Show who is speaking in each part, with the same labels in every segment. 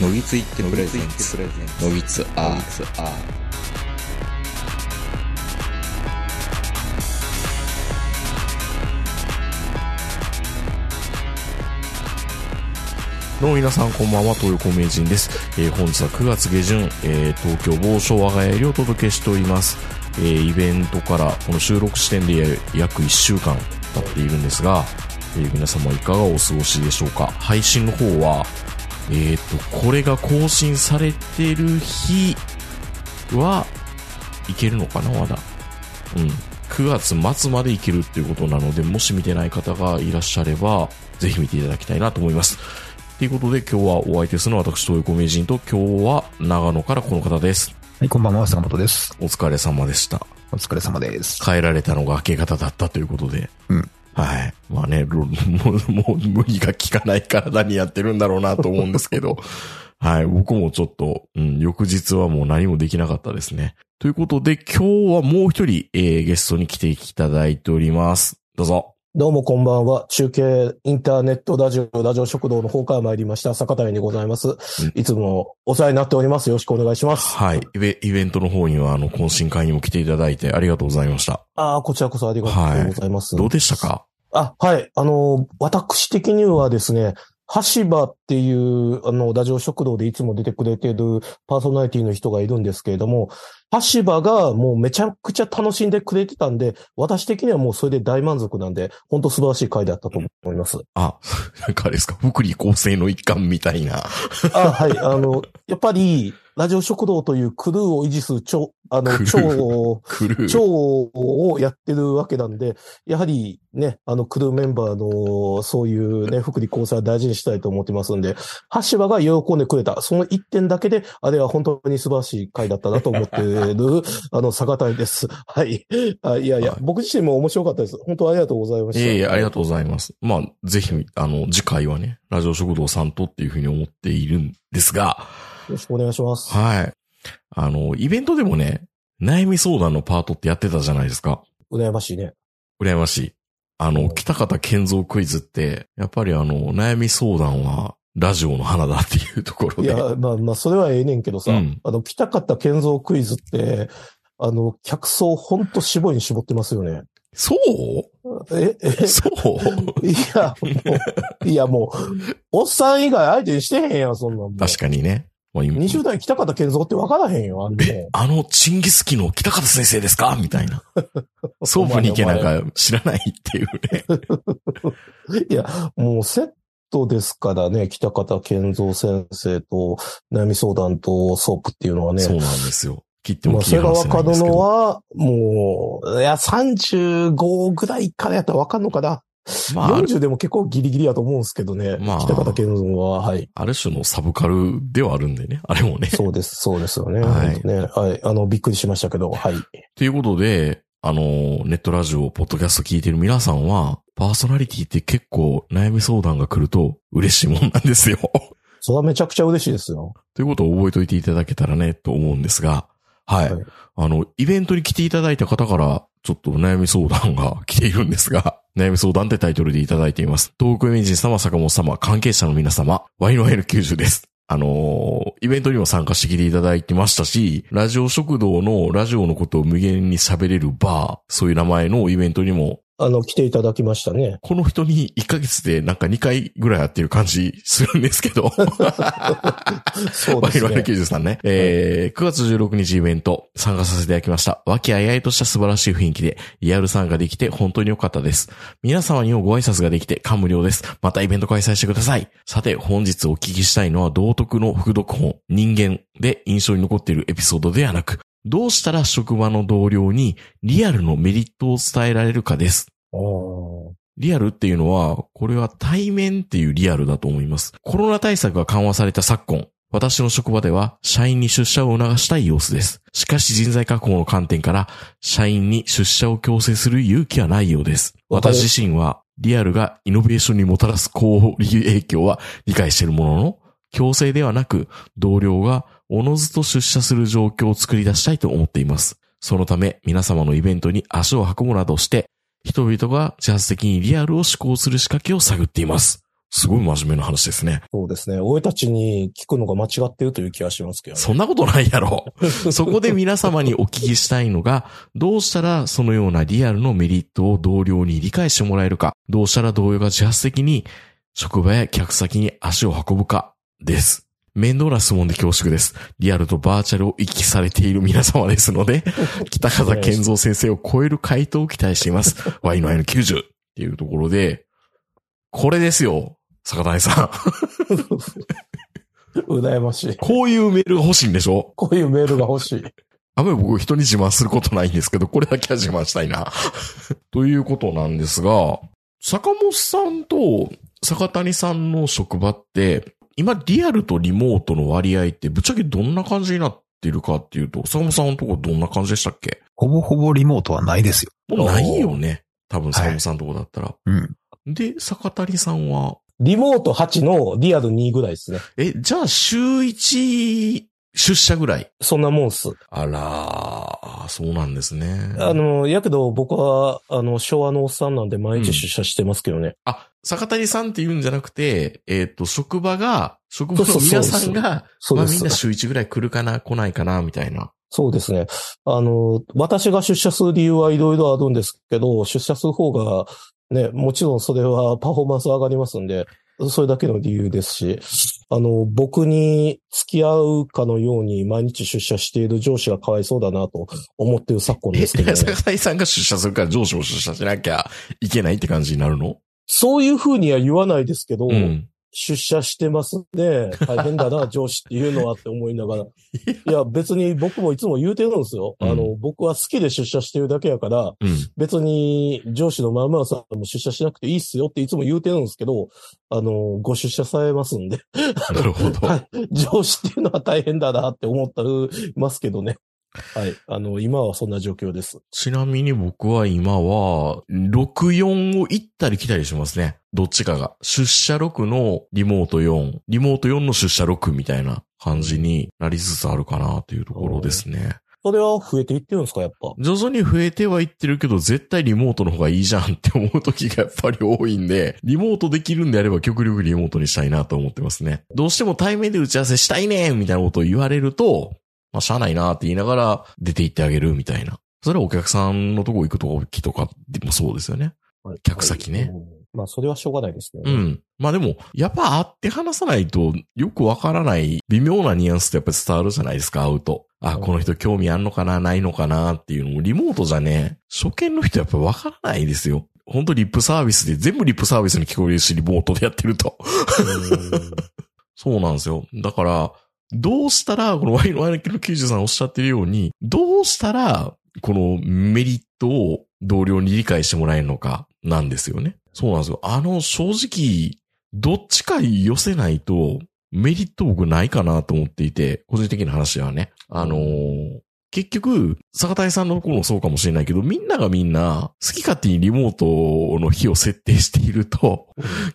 Speaker 1: のぎついってプレゼンツのぎつアーツアー
Speaker 2: どうも皆さんこんばんは、東横名人です。えー本日は9月下旬、えー東京某所我が家よりお届けしております。えーイベントから、この収録時点で約1週間経っているんですが、えー皆様いかがお過ごしでしょうか配信の方は、えっ、と、これが更新されてる日は、いけるのかなまだ。うん。9月末までいけるっていうことなので、もし見てない方がいらっしゃれば、ぜひ見ていただきたいなと思います。ということで今日はお相手するのは私、東横名人と今日は長野からこの方です。
Speaker 3: はい、こんばんは、坂本です。
Speaker 2: お疲れ様でした。
Speaker 3: お疲れ様です。
Speaker 2: 帰られたのが明け方だったということで。
Speaker 3: うん
Speaker 2: はい。まあね、ろ もう、もう無理が効かない体にやってるんだろうなと思うんですけど。 はい。僕もちょっと、うん、翌日はもう何もできなかったですね。ということで今日はもう一人、えーゲストに来ていただいております。どうぞ。
Speaker 4: どうもこんばんは。中継インターネットラジオ、ラジオ食堂の方から参りました。坂谷でございます。いつもお世話になっております。よろしくお願いします。
Speaker 2: はい。イベイベントの方には、あの、懇親会にも来ていただいてありがとうございました。
Speaker 4: ああ、こちらこそありがとうございます。
Speaker 2: どうでしたか
Speaker 4: あ、はい。あの、私的にはですね、橋場っていう、あの、ラジオ食堂でいつも出てくれてるパーソナリティの人がいるんですけれども、橋場がもうめちゃくちゃ楽しんでくれてたんで、私的にはもうそれで大満足なんで、本当素晴らしい回だったと思います。
Speaker 2: あ、なんかあれですか、福利厚生の一環みたいな。
Speaker 4: あ、はい。あの、やっぱり、ラジオ食堂というクルーを維持する超、あの
Speaker 2: クル、ー
Speaker 4: 超を、
Speaker 2: クル
Speaker 4: 超
Speaker 2: ー。
Speaker 4: をやってるわけなんで、やはりね、あの、クルーメンバーの、そういうね、福利厚生は大事にしたいと思ってますんで、橋場が喜んでくれた、その一点だけで、あれは本当に素晴らしい回だったなと思ってる、あの、坂谷です。はい。あいやいや、僕自身も面白かったです。本当ありがとうございました。
Speaker 2: いえいえ、ありがとうございます。まあ、ぜひ、あの、次回はね、ラジオ食堂さんとっていうふうに思っているんですが、
Speaker 4: よろしくお願いします。
Speaker 2: はい。あの、イベントでもね、悩み相談のパートってやってたじゃないですか。
Speaker 4: 羨ましいね。
Speaker 2: 羨ましい。あの、北方健三クイズって、やっぱりあの、悩み相談は、ラジオの花だっていうところ
Speaker 4: い
Speaker 2: で。
Speaker 4: や、まあまあ、それはええねんけどさ、
Speaker 2: うん
Speaker 4: あの、北方健三クイズって、あの、客層ほんと絞りに絞ってますよね。
Speaker 2: そう
Speaker 4: え、え、
Speaker 2: そう
Speaker 4: いや、もう、いやもう、おっさん以外相手にしてへんやん、そんなんもう。
Speaker 2: 確かにね。まあ今
Speaker 4: 20代北方健三って分からへんよ、あんなもん
Speaker 2: あの、チンギスキの北方先生ですかみたい な。総部に行けなんか知らないっていうね。
Speaker 4: いや、もうセットですからね、北方健三先生と、悩み相談とソープっていうのはね。
Speaker 2: そうなんですよ。切って
Speaker 4: ま
Speaker 2: も
Speaker 4: あ、
Speaker 2: 切
Speaker 4: そ
Speaker 2: り
Speaker 4: れが
Speaker 2: 離せ
Speaker 4: 分
Speaker 2: な
Speaker 4: か
Speaker 2: いんで
Speaker 4: る
Speaker 2: すけ
Speaker 4: の
Speaker 2: ど。
Speaker 4: は、もう、いや、35ぐらいからやったら分かんのかな。
Speaker 2: まあ、ある
Speaker 4: 40でも結構ギリギリやと思うんですけどね。
Speaker 2: まあ
Speaker 4: 北方健三は、 はい。
Speaker 2: ある種のサブカルではあるんでね。あれも ね。
Speaker 4: そうです、そうですよね。
Speaker 2: はい
Speaker 4: 本当ね。はい。あの、びっくりしましたけど、はい。
Speaker 2: ということで、あの、ネットラジオ、ポッドキャスト聞いてる皆さんは、パーソナリティって結構悩み相談が来ると嬉しいもんなんですよ。
Speaker 4: それはめちゃくちゃ嬉しいですよ。
Speaker 2: ということを覚えておいていただけたらね、と思うんですが、はい。
Speaker 4: はい
Speaker 2: あの、イベントに来ていただいた方から、ちょっと悩み相談が来ているんですが、 悩み相談ってタイトルでいただいています。東北名人様、坂本様、関係者の皆様、ワインワイル90です。あのーイベントにも参加してきていただいてましたし、ラジオ食堂のラジオのことを無限に喋れるバー、そういう名前のイベントにも、
Speaker 4: あの、来ていただきましたね。
Speaker 2: この人に1ヶ月でなんか2回ぐらいやってる感じするんですけど。
Speaker 4: そう
Speaker 2: ワ
Speaker 4: で
Speaker 2: イ
Speaker 4: す
Speaker 2: ルワイル
Speaker 4: ね。
Speaker 2: 93ね。えー、9月16日イベント参加させていただきました。和気あいあいとした素晴らしい雰囲気で、リアル参加できて本当に良かったです。皆様にもご挨拶ができて感無量です。またイベント開催してください。さて、本日お聞きしたいのは道徳の副読本、人間で印象に残っているエピソードではなく、どうしたら職場の同僚にリアルのメリットを伝えられるかです。
Speaker 4: あー
Speaker 2: リアルっていうのは、これは対面っていうリアルだと思います。コロナ対策が緩和された昨今、私の職場では社員に出社を促したい様子です。しかし人材確保の観点から、社員に出社を強制する勇気はないようです。
Speaker 4: わかる
Speaker 2: 私自身は、リアルがイノベーションにもたらす好影響は理解しているものの、強制ではなく、同僚がおのずと出社する状況を作り出したいと思っています。そのため、皆様のイベントに足を運ぶなどして、人々が自発的にリアルを思考する仕掛けを探っています。すごい真面目な話ですね。
Speaker 4: そうですね。俺たちに聞くのが間違ってるという気がしますけどね、
Speaker 2: そんなことないやろ。そこで皆様にお聞きしたいのが、どうしたらそのようなリアルのメリットを同僚に理解してもらえるか、どうしたら同僚が自発的に職場や客先に足を運ぶか、です。面倒な質問で恐縮です。リアルとバーチャルを行き来されている皆様ですので、北方健三先生を超える回答を期待しています。Y の N90 っていうところで、これですよ、坂谷さん。
Speaker 4: 羨ましい。
Speaker 2: こういうメールが欲しいんでしょ
Speaker 4: こういうメールが欲しい。
Speaker 2: あんまり僕人に自慢することないんですけど、これだけは自慢したいな。ということなんですが、坂本さんと坂谷さんの職場って、今リアルとリモートの割合ってぶっちゃけどんな感じになってるかっていうと、坂本さんのとこどんな感じでしたっけ
Speaker 3: ほぼほぼリモートはないですよ。
Speaker 2: もうないよね。多分坂本さんのとこだったら。
Speaker 3: うん。
Speaker 2: で、坂谷さんは、
Speaker 4: リモート8のリアル2ぐらいですね。
Speaker 2: え、じゃあ週1出社ぐらい。
Speaker 4: そんなもんっす。
Speaker 2: あらー、そうなんですね。
Speaker 4: あの、やけど僕は、あの、昭和のおっさんなんで毎日出社してますけどね。
Speaker 2: あ、坂谷さんって言うんじゃなくて、えっ、と、職場が、職場の皆さんが、
Speaker 4: そう
Speaker 2: まあ
Speaker 4: で
Speaker 2: みん
Speaker 4: す、
Speaker 2: な週1ぐらい来るかな、来ないかな、みたいな。
Speaker 4: そうですね。あの、私が出社する理由はいろいろあるんですけど、出社する方が、ね、もちろんそれはパフォーマンス上がりますんで、それだけの理由ですし、あの、僕に付き合うかのように毎日出社している上司がかわいそうだなと思っている昨今ですけどね。
Speaker 2: 坂谷さんが出社するから上司も出社しなきゃいけないって感じになるの
Speaker 4: そういうふうには言わないですけど、
Speaker 2: うん。
Speaker 4: 出社してますね。大変 だな、上司っていうのはって思いながら。いや、別に僕もいつも言うてるんですよ。
Speaker 2: うん
Speaker 4: あの、僕は好きで出社してるだけやから、
Speaker 2: うん。
Speaker 4: 別に上司のまんまさんも出社しなくていいっすよっていつも言うてるんですけど、あの、ご出社されますんで、
Speaker 2: なるほど。
Speaker 4: 上司っていうのは大変だなって思ったますけどね。はい。あの、今はそんな状況です。
Speaker 2: ちなみに僕は今は、64を行ったり来たりしますね。どっちかが。出社6のリモート4、リモート4の出社6みたいな感じになりつつあるかな、というところですね。
Speaker 4: それは増えていってるんですか、やっぱ。
Speaker 2: 徐々に増えてはいってるけど、絶対リモートの方がいいじゃんって思う時がやっぱり多いんで、リモートできるんであれば極力リモートにしたいなと思ってますね。どうしても対面で打ち合わせしたいねみたいなことを言われると、まあ、しゃあないなって言いながら出て行ってあげるみたいな。それはお客さんのとこ行くときとかでもそうですよね。
Speaker 4: はい
Speaker 2: 客先ね。
Speaker 4: うんまあ、それはしょうがないですね。
Speaker 2: うん。まあでも、やっぱ会って話さないとよくわからない微妙なニュアンスってやっぱ伝わるじゃないですか、会うと。あ、
Speaker 4: うん
Speaker 2: この人興味あんのかな、ないのかなっていうのも、リモートじゃね、初見の人やっぱわからないですよ。ほんとリップサービスで、全部リップサービスに聞こえるし、リモートでやってると。
Speaker 4: うん
Speaker 2: そうなんですよ。だから、どうしたら、このワイのワイの90さんおっしゃってるように、どうしたら、このメリットを同僚に理解してもらえるのか、なんですよね。そうなんですよ。あの、正直、どっちか寄せないと、メリット僕ないかなと思っていて、個人的な話ではね。あのー結局、坂谷さんのところもそうかもしれないけど、みんながみんな、好き勝手にリモートの日を設定していると、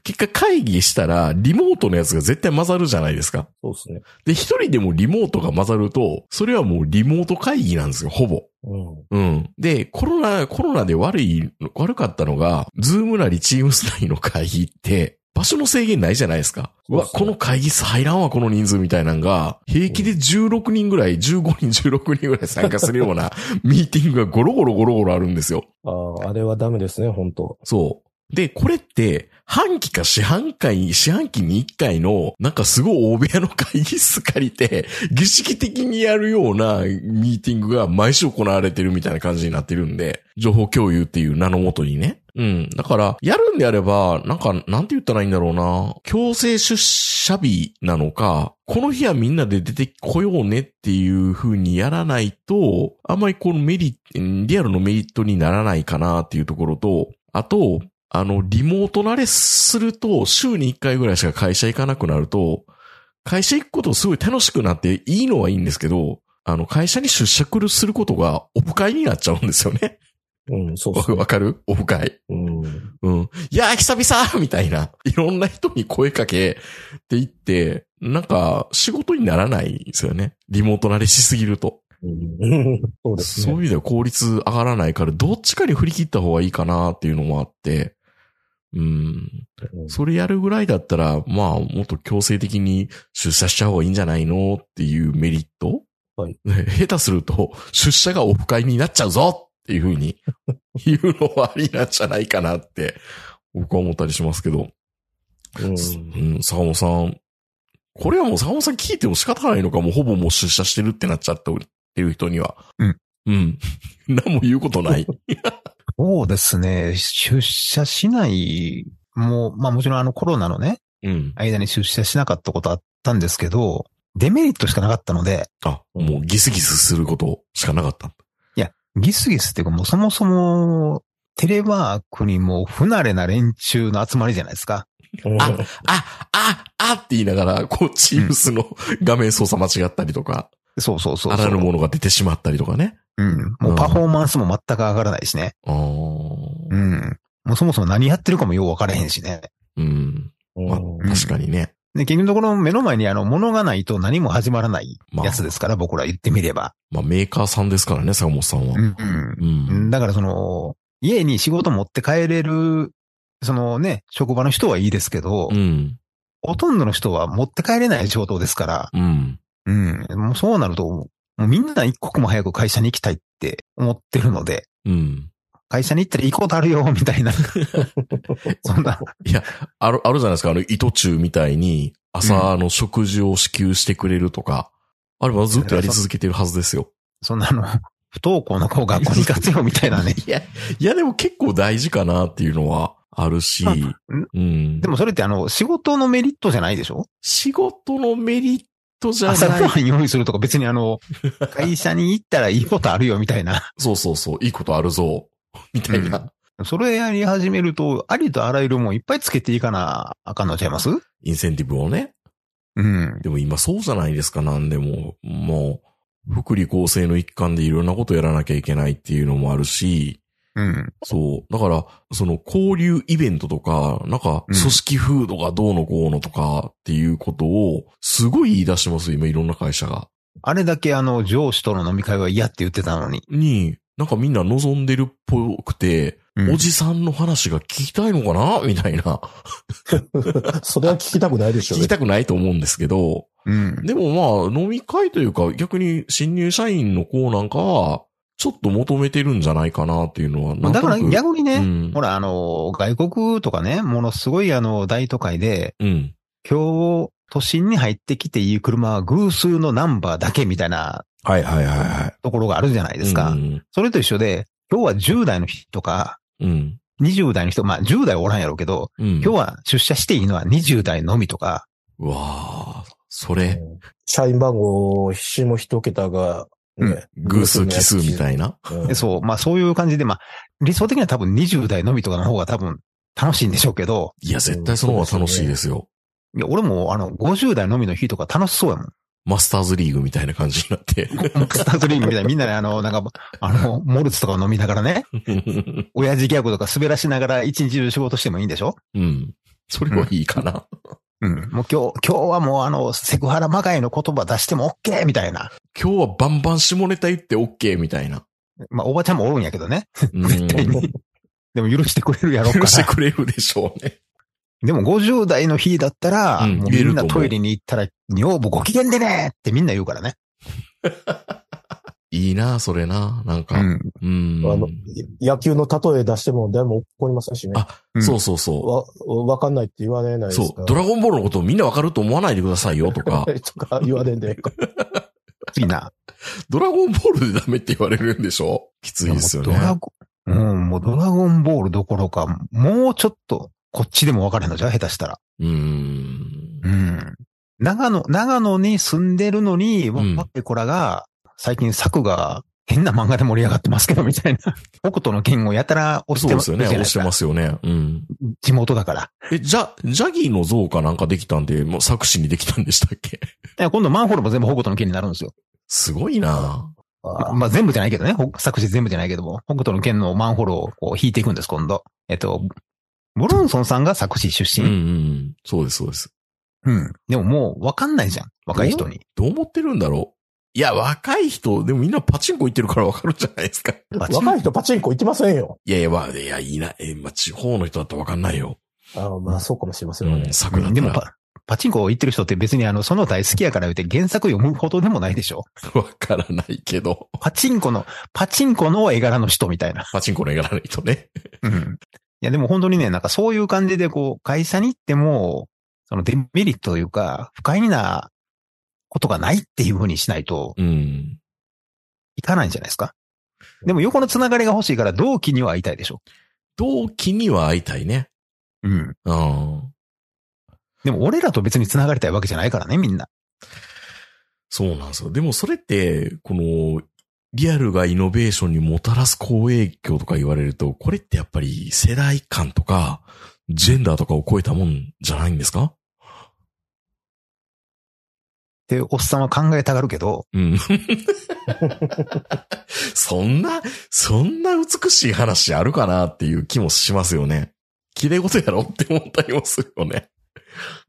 Speaker 2: 結果会議したら、リモートのやつが絶対混ざるじゃないですか。
Speaker 4: そうですね。
Speaker 2: で、一人でもリモートが混ざると、それはもうリモート会議なんですよ、ほぼ。
Speaker 4: うん。
Speaker 2: うん。で、コロナ、コロナで悪い、悪かったのが、ズームなりチームスなりの会議って、場所の制限ないじゃないですか。うわ、
Speaker 4: そうそう
Speaker 2: この会議室入らんわ、この人数みたいなのが、平気で16人ぐらい、15人、16人ぐらい参加するよう なミーティングがゴロゴロゴロゴロあるんですよ。
Speaker 4: ああ、あれはダメですね、本当
Speaker 2: そう。で、これって、半期か四半回、四半期に一回の、なんかすごい大部屋の会議室借りて、儀式的にやるようなミーティングが毎週行われてるみたいな感じになってるんで、情報共有っていう名のもとにね。うん。だから、やるんであれば、なんか、なんて言ったらいいんだろうな。強制出社日なのか、この日はみんなで出てこようねっていう風にやらないと、あんまりこのメリット、リアルのメリットにならないかなっていうところと、あと、あの、リモート慣れすると、週に1回ぐらいしか会社行かなくなると、会社行くことすごい楽しくなっていいのはいいんですけど、あの、会社に出社来るすることがオフ会になっちゃうんですよね。
Speaker 4: うん、そうで
Speaker 2: わ
Speaker 4: すね。
Speaker 2: わかるオフ会。
Speaker 4: うん。
Speaker 2: うん。いやー、久々みたいな。いろんな人に声かけって言って、なんか、仕事にならないですよね。リモート慣れしすぎると。
Speaker 4: うん そうです
Speaker 2: そういう
Speaker 4: ね。
Speaker 2: 意味では効率上がらないから、どっちかに振り切った方がいいかなっていうのもあって、うん。それやるぐらいだったら、まあ、もっと強制的に出社した方がいいんじゃないのっていうメリット
Speaker 4: はい。
Speaker 2: 下手すると、出社がオフ会になっちゃうぞっていうふうに 言うのはありなんじゃないかなって、僕は思ったりしますけど。
Speaker 4: うん
Speaker 2: うん、坂本さん。これはもう坂本さん聞いても仕方ないのか、もうほぼもう出社してるってなっちゃったっていう人には。
Speaker 3: うん。
Speaker 2: うん。 何も言うことない。
Speaker 3: そうですね。出社しない、もう、まあもちろんあのコロナのね、
Speaker 2: うん。
Speaker 3: 間に出社しなかったことあったんですけど、デメリットしかなかったので、
Speaker 2: あ、もうギスギスすることしかなかった。
Speaker 3: ギスギスっていうかもうそもそも、テレワークにもう不慣れな連中の集まりじゃないですか。
Speaker 4: うん
Speaker 2: ああ、あ、あって言いながら、こう、チームスの画面操作間違ったりとか、
Speaker 3: そうそうそうそう。
Speaker 2: あらぬものが出てしまったりとかね。
Speaker 3: うん。もうパフォーマンスも全く上がらないしね。
Speaker 2: ああ。
Speaker 3: うん。もうそもそも何やってるかもよう分からへんしね。
Speaker 2: うん。まあ、確かにね。
Speaker 3: で、結局のところ目の前にあの、物がないと何も始まらないやつですから、僕ら言ってみれば。
Speaker 2: まあ、メーカーさんですからね、坂本さんは。
Speaker 3: うん、
Speaker 2: う
Speaker 3: うんん。。だからその、家に仕事持って帰れる、そのね、職場の人はいいですけど、
Speaker 2: うん。
Speaker 3: ほとんどの人は持って帰れない仕事ですから、
Speaker 2: うん。
Speaker 3: うん。もうそうなると、もうみんな一刻も早く会社に行きたいって思ってるので、
Speaker 2: うん。
Speaker 3: 会社に行ったらいいことあるよ、みたい な。そんな、
Speaker 2: いや、ある、あるじゃないですか。あの、糸中みたいに、朝の食事を支給してくれるとか、あれはずっとやり続けてるはずですよ。
Speaker 3: そんなあの、不登校の子を学校に行かせようみたいなね。
Speaker 2: いや、いやでも結構大事かなっていうのはあるし、うん。
Speaker 3: でもそれってあの、仕事のメリットじゃないでしょ
Speaker 2: 仕事のメリットじゃ
Speaker 3: 朝
Speaker 2: な
Speaker 3: ご
Speaker 2: い。
Speaker 3: はん用意するとか別にあの、会社に行ったらいいことあるよみたいな。
Speaker 2: そうそうそう、いいことあるぞ、 みたいな。
Speaker 3: うそれやり始めると、ありとあらゆるもんいっぱいつけていかなあかんのちゃいます
Speaker 2: インセンティブをね。
Speaker 3: うん。
Speaker 2: でも今そうじゃないですか、なんでも。もう、福利厚生の一環でいろんなことやらなきゃいけないっていうのもあるし、
Speaker 3: うん。
Speaker 2: そう。だから、その交流イベントとか、なんか、
Speaker 3: うん
Speaker 2: 組織風土がどうのこうのとかっていうことを、すごい言い出してます、今いろんな会社が。
Speaker 3: あれだけあの、上司との飲み会は嫌って言ってたのに。
Speaker 2: に、なんかみんな望んでるっぽくて、
Speaker 3: うん
Speaker 2: おじさんの話が聞きたいのかなみたいな。
Speaker 4: それは聞きたくないでしょ
Speaker 2: 聞きたくないと思うんですけど、
Speaker 3: うん。
Speaker 2: でもまあ、飲み会というか、逆に新入社員の子なんかは、ちょっと求めてるんじゃないかなっていうのは、なん
Speaker 3: だ
Speaker 2: と
Speaker 3: か
Speaker 2: な
Speaker 3: ら
Speaker 2: く
Speaker 3: 逆にね、
Speaker 2: うん
Speaker 3: ほらあの、外国とかね、ものすごいあの、大都会で、
Speaker 2: うん。
Speaker 3: 今日、都心に入ってきていい車は偶数のナンバーだけみたいな
Speaker 2: はいはいはいは
Speaker 3: ところがあるじゃない
Speaker 2: い。
Speaker 3: ですか。
Speaker 2: うん。
Speaker 3: それと一緒で、今日は10代の人とか、
Speaker 2: うん。
Speaker 3: 20代の人、まあ10代はおらんやろうけど、
Speaker 2: 今
Speaker 3: 今日は出社していいのは20代のみとか、
Speaker 2: うわあ、それ、
Speaker 4: 社員番号、下一桁が、ね、
Speaker 2: 偶数奇数みたいな。
Speaker 4: うん。
Speaker 3: そう、まあそういう感じで、まあ理想的には多分20代のみとかの方が多分楽しいんでしょうけど、
Speaker 2: いや、絶対その方が楽しいですよ。
Speaker 3: いや俺もあの50代のみの日とか楽しそうやもん。
Speaker 2: マスターズリーグみたいな感じになって。
Speaker 3: スタートリームみたいなみんなであの、なんか、あの、モルツとかを飲みながらね、親父ギャグとか滑らしながら一日中仕事してもいいんでしょ
Speaker 2: うん。それはいいかな。
Speaker 3: うん。もう今日、今日はもうあの、セクハラまがいの言葉出しても OK! みたいな。
Speaker 2: 今日はバンバン下ネタ言って OK みたいな。
Speaker 3: まあおばちゃんもおるんやけどね。
Speaker 2: うん
Speaker 3: 絶対に。でも許してくれるやろうか
Speaker 2: 許して
Speaker 3: ら。
Speaker 2: くれるでしょうね。
Speaker 3: でも50代の日だったら、
Speaker 2: うん
Speaker 3: もう
Speaker 2: 言え
Speaker 3: み
Speaker 2: る
Speaker 3: ん
Speaker 2: と
Speaker 3: な
Speaker 2: 思う
Speaker 3: トイレに行ったら、女房ご機嫌でねってみんな言うからね。
Speaker 2: いいな、それな。なんか。
Speaker 3: ん。
Speaker 2: うん。
Speaker 4: あの、野球の例え出しても誰も怒りませんしね。
Speaker 2: あ
Speaker 3: うん
Speaker 2: そうそうそ。
Speaker 4: わ、わかんないって言われないうですか。
Speaker 2: そう。ドラゴンボールのことをみんなわかると思わないでくださいよとか
Speaker 4: とか言われ んでええか。
Speaker 3: いいな。
Speaker 2: ドラゴンボールでダメって言われるんでしょきついですよね
Speaker 3: もう。ドラゴン、うん、もうドラゴンボールどころか、もうちょっと、こっちでも分からへんのじゃう下手したら。
Speaker 2: うん
Speaker 3: う。ん。長野、長野に住んでるのに、
Speaker 2: ん
Speaker 3: 若い子らが、最近作が変な漫画で盛り上がってますけど、みた いな。北斗の剣をやたら押し
Speaker 2: そう
Speaker 3: て
Speaker 2: で
Speaker 3: ますす。
Speaker 2: よね。押してますすよね。うん。
Speaker 3: 地元だから。
Speaker 2: え、ジャ、ジャギーの像かなんかできたんで、もう作詞にできたんでしたっけ
Speaker 3: いや今度マンホールも全部北斗の剣になるんですよ。
Speaker 2: すごいな
Speaker 3: まあ、まあ全部じゃないけどね、ほ作詞全部じゃないけども、北斗の剣のマンホールをこう弾いていくんです、今度。えっと、ブロンソンさんが作詞出
Speaker 2: うんう
Speaker 3: 身。
Speaker 2: ん。そうです、そうです。
Speaker 3: うん。でももうわかんないじゃん、若い人に。
Speaker 2: どう思ってるんだろういや、若い人、でもみんなパチンコ行ってるからわかるんじゃないですか。い
Speaker 3: パチン
Speaker 4: 若い人パチンコ行きませんよ。
Speaker 2: やいや、わいや、いいな、え、まあ、地方の人だったらわかんないよ。
Speaker 4: ああまあ、そうかもしれませ
Speaker 2: うん
Speaker 4: わね。
Speaker 2: ん、桜
Speaker 3: でも
Speaker 2: わ
Speaker 3: パ、パチンコ行ってる人って別にあの、その題好きやから言って原作読むほどでもないでしょ。
Speaker 2: からないけど、
Speaker 3: パチンコの、パチンコの絵柄の人みたいな。
Speaker 2: パチンコの絵柄ないとね。
Speaker 3: うん。いや、でも本当にね、なんかそういう感じでこう、会社に行っても、そのデメリットというか、不快なことがないっていうふうにしないと
Speaker 2: うん。
Speaker 3: いかないんじゃないですか。でも横のつながりが欲しいから同期には会いたいでしょ。
Speaker 2: 同期には会いたいね。
Speaker 3: うん。
Speaker 2: うん。
Speaker 3: でも俺らと別につながりたいわけじゃないからね、みんな。
Speaker 2: そうなんですよ。でもそれって、この、リアルがイノベーションにもたらす好影響とか言われると、これってやっぱり世代間とか、ジェンダーとかを超えたもんじゃないんですか
Speaker 3: って、おっさんは考えたがるけど、
Speaker 2: うん。そんな、そんな美しい話あるかなっていう気もしますよね。綺麗事やろって思ったりもするよね。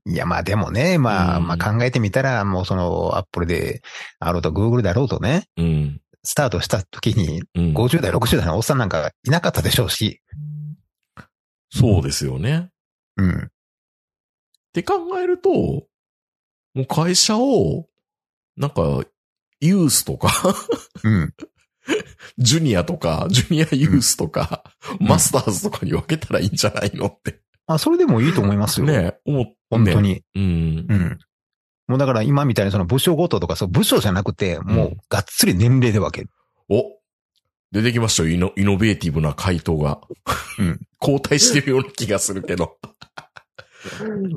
Speaker 3: いや、まあでもね、まあ、
Speaker 2: うん
Speaker 3: まあ考えてみたら、もうその、アップルであろうと、グーグルだろうとね、
Speaker 2: うん。
Speaker 3: スタートした時に、
Speaker 2: うん。
Speaker 3: 50代、60代のおっさんなんかいなかったでしょうし、
Speaker 2: そうですよね。
Speaker 3: うん。
Speaker 2: って考えると、もう会社を、なんか、ユースとか、
Speaker 3: うん。
Speaker 2: ジュニアとか、ジュニアユースとか、
Speaker 3: ん
Speaker 2: マスターズとかに分けたらいいんじゃないのって。
Speaker 3: あ、それでもいいと思いますよ。
Speaker 2: ね思って。
Speaker 3: 本当。に。
Speaker 2: うん
Speaker 3: う。ん。もうだから今みたいにその部署ごととか、そう、部署じゃなくて、もうがっつり年齢で分ける。
Speaker 2: お出てきましたよ、イノイノベーティブな回答が。
Speaker 3: うん
Speaker 2: 交代してるような気がするけど。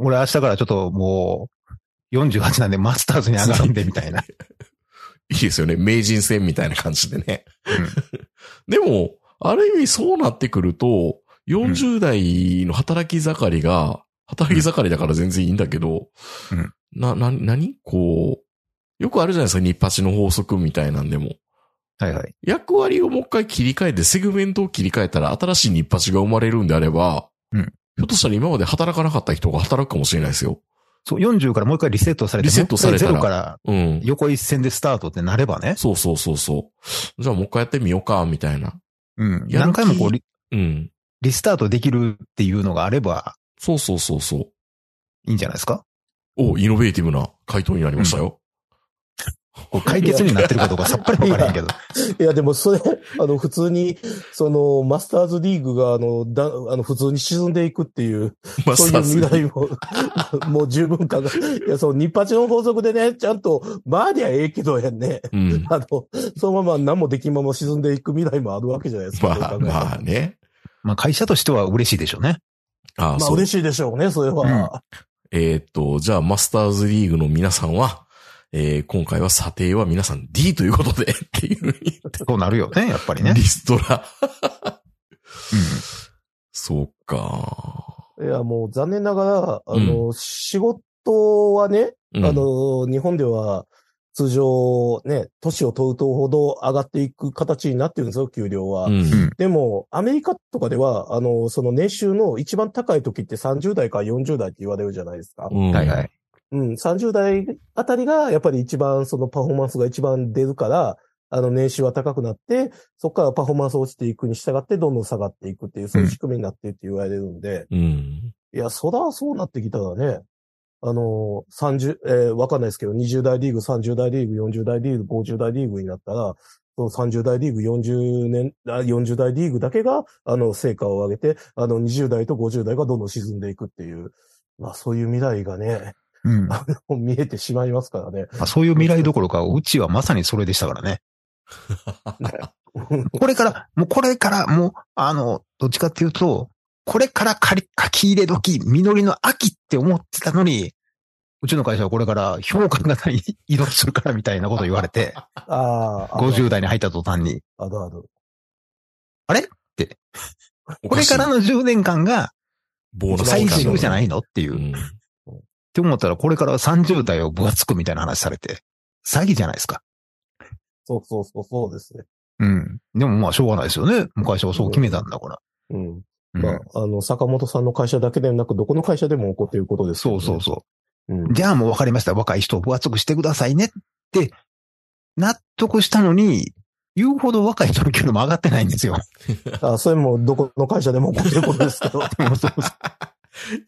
Speaker 3: 俺明日からちょっともう、48なんでマスターズに上がるんで、みたいな。
Speaker 2: いいですよね、名人戦みたいな感じでね。
Speaker 3: うん
Speaker 2: でも、ある意味そうなってくると、40代の働き盛りが、働き盛りだから全然いいんだけど、
Speaker 3: うん
Speaker 2: な、な、なにこう、よくあるじゃないですか、日八の法則みたいなんでも。
Speaker 3: はいはい。
Speaker 2: 役割をもう一回切り替えて、セグメントを切り替えたら、新しい日八が生まれるんであれば、
Speaker 3: うん
Speaker 2: ひょっとしたら今まで働かなかった人が働くかもしれないですよ。
Speaker 3: そう、40からもう一回リセットされて、
Speaker 2: リセットされたら
Speaker 3: もう一回ゼロから
Speaker 2: うん。
Speaker 3: 横一線でスタートってなればね。
Speaker 2: そうそうそうそう。じゃあもう一回やってみようか、みたいな。
Speaker 3: うん。
Speaker 2: やる気
Speaker 3: 何回もこうリ、
Speaker 2: うん。
Speaker 3: リスタートできるっていうのがあれば
Speaker 2: そうそうそうそう。
Speaker 3: いいんじゃないですか
Speaker 2: お、イノベーティブな回答になりましたよ。
Speaker 3: こう解決になってるかどうかさっぱりわからへんけど。
Speaker 4: いや、でもそれ、あの、普通に、その、マスターズリーグが、あの、だ、あの、普通に沈んでいくっていう、
Speaker 2: マ
Speaker 4: そう
Speaker 2: ス
Speaker 4: い
Speaker 2: タ
Speaker 4: う
Speaker 2: ーズ
Speaker 4: 未来も、 もう十分考え、いや、その、日八の法則でね、ちゃんと、回りゃええけどやんね。
Speaker 2: うん。
Speaker 4: あの、そのまま何もできんまま沈んでいく未来もあるわけじゃないですか。
Speaker 2: まあ、まあ
Speaker 4: あ、
Speaker 2: ね。
Speaker 3: まあ会社としては嬉しいでしょうね。
Speaker 2: ああ、
Speaker 4: まあ
Speaker 2: そう。
Speaker 4: 嬉しいでしょうね、それは。
Speaker 2: えーっと、じゃあ、マスターズリーグの皆さんは、えー今回は査定は皆さん D ということで、 っていうふうに
Speaker 3: そうなるよね、やっぱりね。
Speaker 2: リストラ。
Speaker 3: うん
Speaker 2: そうか。
Speaker 4: いや、もう残念ながら、あの、仕事はね、
Speaker 2: うん
Speaker 4: あ、の、日本では通常ね、年を問うとほど上がっていく形になってるんですよ、給料は。
Speaker 2: うん。
Speaker 4: でも、アメリカとかでは、あの、その年収の一番高い時って30代から40代って言われるじゃないですか。
Speaker 2: うん
Speaker 3: はいはい。。
Speaker 4: うん、30代あたりがやっぱり一番そのパフォーマンスが一番出るから、あの年収は高くなって、そこからパフォーマンス落ちていくに従ってどんどん下がっていくっていう、そういう仕組みになってって言われるんで、
Speaker 2: うん。
Speaker 4: いや、そらそうなってきたらね、あの、30、えーわかんないですけど、20代リーグ、30代リーグ、40代リーグ、50代リーグになったら、その30代リーグ、40年、あ40代リーグだけが、あの、成果を上げて、あの、20代と50代がどんどん沈んでいくっていう、まあ、そういう未来がね、
Speaker 3: うん。ま
Speaker 4: もう見えてしまいますからね。
Speaker 3: あそういう未来どころか、うちはまさにそれでしたからね。これから、もうこれから、もう、あの、どっちかっていうと、これからかり書き入れ時、実りの秋って思ってたのに、うちの会社はこれから評価がない移動するからみたいなこと言われて、
Speaker 4: ああ、ある
Speaker 3: 50代に入った途端に、
Speaker 4: あるある。
Speaker 2: こ
Speaker 3: これからの10年間が
Speaker 2: ボーナス
Speaker 3: 最終じゃないいのっていうう。っ
Speaker 2: ん。
Speaker 3: て思ったら、これから30代を分厚くみたいな話されて、詐欺じゃないですか。
Speaker 4: そうそうそう、そうですね。
Speaker 3: うん。でもまあ、しょうがないですよね。会社はそう決めたんだから。
Speaker 4: うん。
Speaker 3: うん
Speaker 4: まあ、あの、坂本さんの会社だけでなく、どこの会社でも起こっていることです、
Speaker 3: そうそうそう。
Speaker 4: う。うん。
Speaker 3: じゃあもう分かりました。若い人を分厚くしてくださいねって、納得したのに、言うほど若い人の給料も上がってないんですよ。
Speaker 4: あ、それもどこの会社でも起こってることですけど。
Speaker 3: もうそう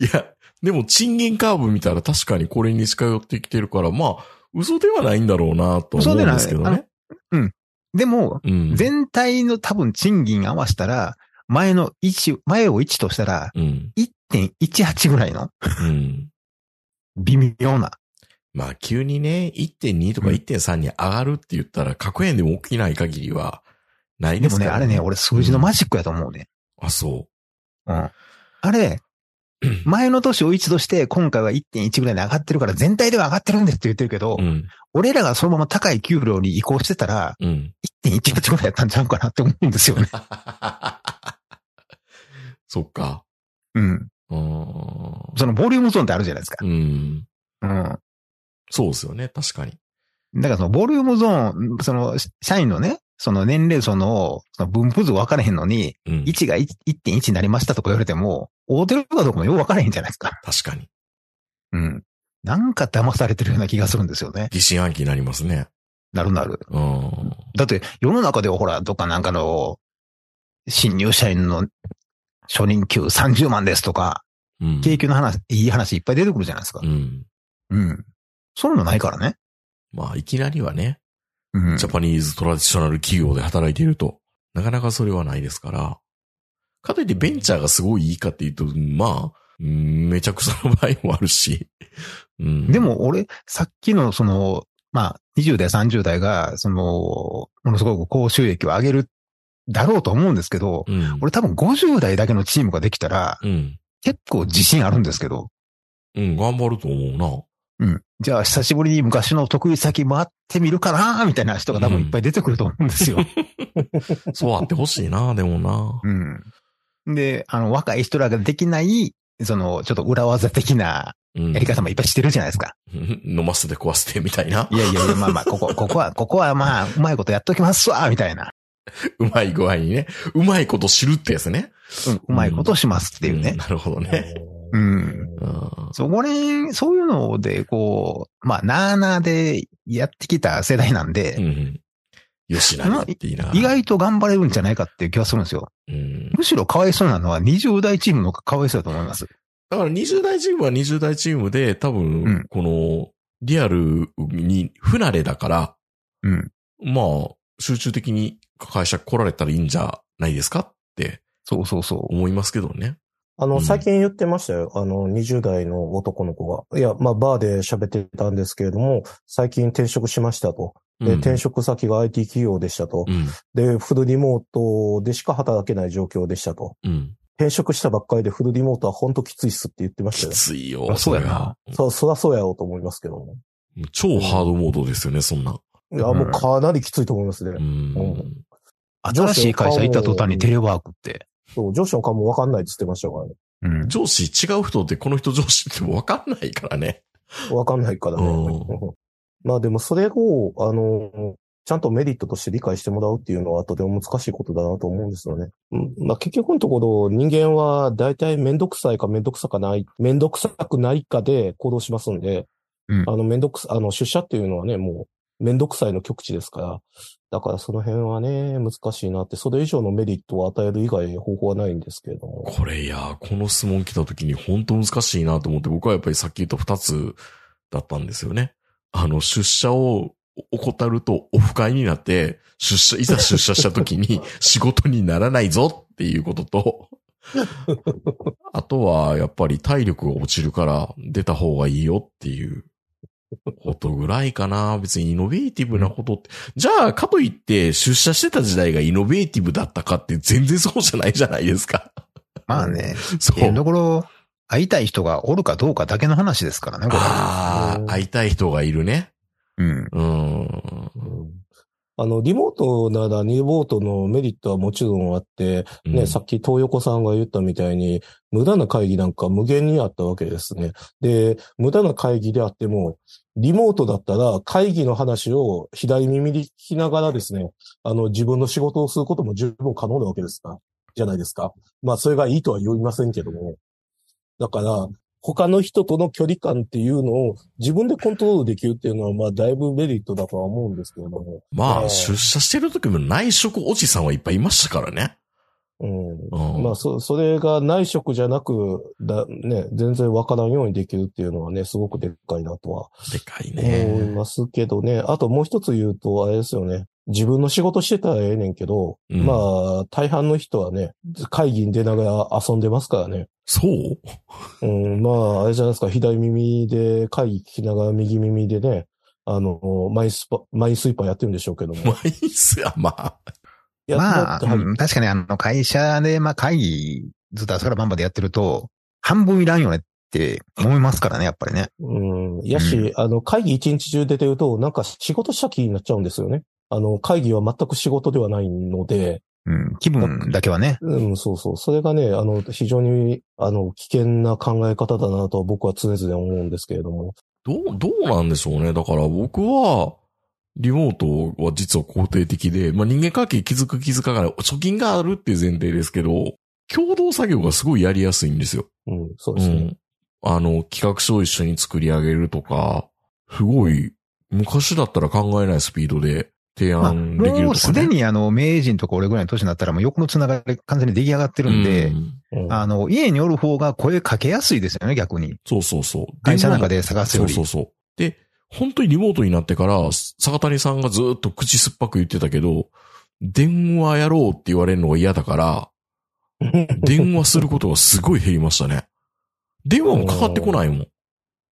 Speaker 2: いや、でも賃金カーブ見たら確かにこれに近寄ってきてるから、まあ、嘘ではないんだろうなとは思うんですけどね。
Speaker 3: でも、
Speaker 2: うん。
Speaker 3: 全体の多分賃金合わせたら、前の1、前を1としたら、
Speaker 2: うん。
Speaker 3: 1.18ぐらいの
Speaker 2: うん。
Speaker 3: 微妙な。
Speaker 2: まあ、急にね、1.2とか
Speaker 3: うん
Speaker 2: 1.3に上がるって言ったら、核円でも起きない限りは、ない
Speaker 3: で
Speaker 2: で
Speaker 3: も
Speaker 2: すか
Speaker 3: ね、
Speaker 2: ら
Speaker 3: あれね、。俺数字のマジックやと思うね。
Speaker 2: あ、そ
Speaker 3: うん。あれ、
Speaker 2: う。
Speaker 3: 前の年を1として、今回は1.1ぐらいに上がってるから、全体では上がってるんですって言ってるけど、
Speaker 2: うん。
Speaker 3: 俺らがそのまま高い給料に移行してたら、
Speaker 2: うん。
Speaker 3: 1.18ぐらいやったんちゃうかなって思うんですよね。
Speaker 2: そっか。
Speaker 3: うん。
Speaker 2: うーん
Speaker 3: そのボリュームゾーンってあるじゃないですか。
Speaker 2: うん。
Speaker 3: うん。
Speaker 2: そうですよね、確かに。
Speaker 3: だからそのボリュームゾーン、その社員のね、その年齢層のその分布図分からへんのに、
Speaker 2: うん。
Speaker 3: 1が1 1.1になりましたとか言われても、大手るかどうかもよく分からへんじゃないですか。
Speaker 2: 確かに。
Speaker 3: うん。なんか騙されてるような気がするんですよね。
Speaker 2: 疑心暗鬼になりますね。
Speaker 3: なるなる。
Speaker 2: うん。
Speaker 3: だって世の中ではほら、どっかなんかの新入社員の初任給30万ですとか、
Speaker 2: うん。
Speaker 3: 景気の話、いい話いっぱい出てくるじゃないですか
Speaker 2: う。ん。
Speaker 3: うん。そういうのないからね。
Speaker 2: まあ、いきなりはね、
Speaker 3: うん
Speaker 2: ジャパニーズトラディショナル企業で働いていると、なかなかそれはないですから。かといってベンチャーがすごいいいかっていうと、まあ、うんめちゃくちゃの場合もあるし。うん。
Speaker 3: で、も俺、さっきのその、まあ、20代、30代が、その、ものすごく高収益を上げるだろうと思うんですけど、
Speaker 2: うん。
Speaker 3: 俺多分50代だけのチームができたら、
Speaker 2: うん。
Speaker 3: 結構自信あるんですけど、
Speaker 2: うん、頑張ると思
Speaker 3: うん。じゃあ久しぶりに昔の得意先回ってみるかなみたいな人が多分いっぱい出てくると思うん ですよ。
Speaker 2: うな。そうあってほし いな、でもな。
Speaker 3: うん。で、あの、若い人らができない、その、ちょっと裏技的な
Speaker 2: うん
Speaker 3: やり方もいっぱいしてるじゃないですか。
Speaker 2: 飲ませて壊してみたいな。
Speaker 3: いやいやいや、まあまあ、ここ、ここは、ここはまあ、うまいことやっときますわ、みたいな。
Speaker 2: うまい具合にね。うまいこと知るってやつね。
Speaker 3: うん、うまいことしますっていうんね。
Speaker 2: なるほ どね。
Speaker 3: う。
Speaker 4: うん
Speaker 2: うん
Speaker 3: そこに、そういうので、こう、まあ、なーなーでやってきた世代なん
Speaker 2: う
Speaker 3: で、
Speaker 2: ん。よしなって言いながら。
Speaker 3: 意外と頑張れるんじゃないかっていう気がするんですよ。
Speaker 2: うん。
Speaker 3: むしろかわいそうなのは20代チームの方がかわいそうだと思います。
Speaker 2: だから20代チームは20代チームで、多
Speaker 3: う
Speaker 2: 分
Speaker 3: ん、
Speaker 2: この、リアルに不慣れだから、
Speaker 3: うん。
Speaker 2: まあ、集中的に会社来られたらいいんじゃないですかって
Speaker 3: そうそうそ
Speaker 2: 思いますけどね。
Speaker 4: あ
Speaker 2: う
Speaker 4: の、
Speaker 2: ん
Speaker 4: 最近言ってましたよ。あの、20代の男の子が。いや、まあ、バーで喋ってたんですけれども、最近転職しましたと。で、
Speaker 2: うん
Speaker 4: 転職先が IT 企業でしたと
Speaker 2: う。ん。
Speaker 4: で、フルリモートでしか働けない状況でしたと。
Speaker 2: うん。
Speaker 4: 転職したばっかりでフルリモートは本当きついっすって言ってました
Speaker 2: き
Speaker 4: よ。
Speaker 2: ついよ。
Speaker 3: あそうやな
Speaker 2: れは。
Speaker 4: そ、そらそうやろうと思いますけども。
Speaker 2: 超ハードモードですよね、そんな。
Speaker 4: いや、もうかなりきついと思いますね。
Speaker 2: うん
Speaker 4: うん。
Speaker 3: う。新しい会社行った途端にテレワークって。
Speaker 4: そう、上司の顔もわかんないって言ってましたからね。
Speaker 3: うん。
Speaker 2: 上司違う人ってこの人上司ってわかんないからね。
Speaker 4: わかんないからね。
Speaker 2: う
Speaker 4: まあでもそれを、あの、ちゃんとメリットとして理解してもらうっていうのはとても難しいことだなと思うんですよね。うんまあ結局のところ人間は大体めんどくさいかめんどくさかない、めんどくさくないかで行動しますんで、
Speaker 3: うん
Speaker 4: あのめんどくさ、あの出社っていうのはね、もうめんどくさいの極致ですから、だからその辺はね、難しいなって、それ以上のメリットを与える以外方法はないんですけれども。
Speaker 2: これいや、この質問来た時に本当難しいなと思って、僕はやっぱりさっき言った二つだったんですよね。あの、出社を怠るとオフ会になって、出社、いざ出社した時に 仕事にならないぞっていうことと、 あとはやっぱり体力が落ちるから出た方がいいよっていうことぐらいかな。別にイノベーティブなことって。じゃあ、かといって出社してた時代がイノベーティブだったかって全然そうじゃないじゃないですか。
Speaker 3: まあね、
Speaker 2: そ
Speaker 3: えところ、会いたい人がおるかどうかだけの話ですからね、こ
Speaker 2: あ
Speaker 4: う
Speaker 2: あ、
Speaker 4: ん
Speaker 2: 会いたい人がいるね。
Speaker 3: れ。うん。
Speaker 2: うん。
Speaker 4: あの、リモートならリモートのメリットはもちろんあって、ね、さっき東横さんが言ったみたいに、無駄な会議なんか無限にあったわけですね。で、無駄な会議であっても、リモートだったら会議の話を左耳に聞きながらですね、あの、自分の仕事をすることも十分可能なわけですかじゃないですか。まあ、それがいいとは言いませんけども。だから、他の人との距離感っていうのを自分でコントロールできるっていうのは、まあ、だいぶメリットだとは思うんですけれども。
Speaker 2: ま
Speaker 4: え
Speaker 2: あ、
Speaker 4: え
Speaker 2: 出社してる時も内職おじさんはいっぱいいましたからね。
Speaker 4: うん。
Speaker 2: うん
Speaker 4: まあ、そ、それが内職じゃなく、だ、ね、全然わからんようにできるっていうのはね、すごくでっかいなとは
Speaker 2: でかい
Speaker 4: 思い
Speaker 2: ね。
Speaker 4: ますけどね。あともう一つ言うと、あれですよね。自分の仕事してたらええねんけど、
Speaker 2: うん
Speaker 4: まあ、大半の人はね、会議に出ながら遊んでますからね。
Speaker 2: そう
Speaker 4: うん、まあ、あれじゃないですか、左耳で会議聞きながら右耳でね、あの、マイスパ、マイスイーパーやってるんでしょうけども。
Speaker 2: マイスや、まあ。
Speaker 4: いや
Speaker 3: ま
Speaker 4: だって
Speaker 3: あ、
Speaker 4: はい
Speaker 3: うん確かにあの、会社で、まあ、会議、ずっと朝から晩までやってると、半分いらんよねって思いますからね、やっぱりね。
Speaker 4: うん。やし、
Speaker 3: う
Speaker 4: あの、会議一日中出てると、なんか仕事した気になっちゃうんですよね。あの、会議は全く仕事ではないので、
Speaker 3: うん、気分だけはね。
Speaker 4: うん、そうそう。それがね、あの、非常に、あの、危険な考え方だなと僕は常々思うんですけれども。
Speaker 2: どう、どうなんでしょうね。だから僕は、リモートは実は肯定的で、まあ、人間関係気づく気づかない、貯金があるっていう前提ですけど、共同作業がすごいやりやすいんですよ。
Speaker 4: うん、そう
Speaker 2: う
Speaker 4: ですね。
Speaker 2: ん。あの、企画書を一緒に作り上げるとか、すごい、昔だったら考えないスピードで提
Speaker 3: まあ、
Speaker 2: 案できる
Speaker 3: も
Speaker 2: と
Speaker 3: う
Speaker 2: か
Speaker 3: す
Speaker 2: ね。
Speaker 3: でにあの、明治とか俺ぐらいの年になったら、もう横のつながり完全に出来上がってるんで、
Speaker 2: うん
Speaker 4: うん
Speaker 3: あの、家におる方が声かけやすいですよね、逆に。
Speaker 2: そうそうそう。
Speaker 3: 会社なんかで探すより。
Speaker 2: そうそうそう。で、本当にリモートになってから、坂谷さんがずっと口酸っぱく言ってたけど、電話やろうって言われるのが嫌だから、電話することがすごい減りましたね。 電話もかかってこないもん。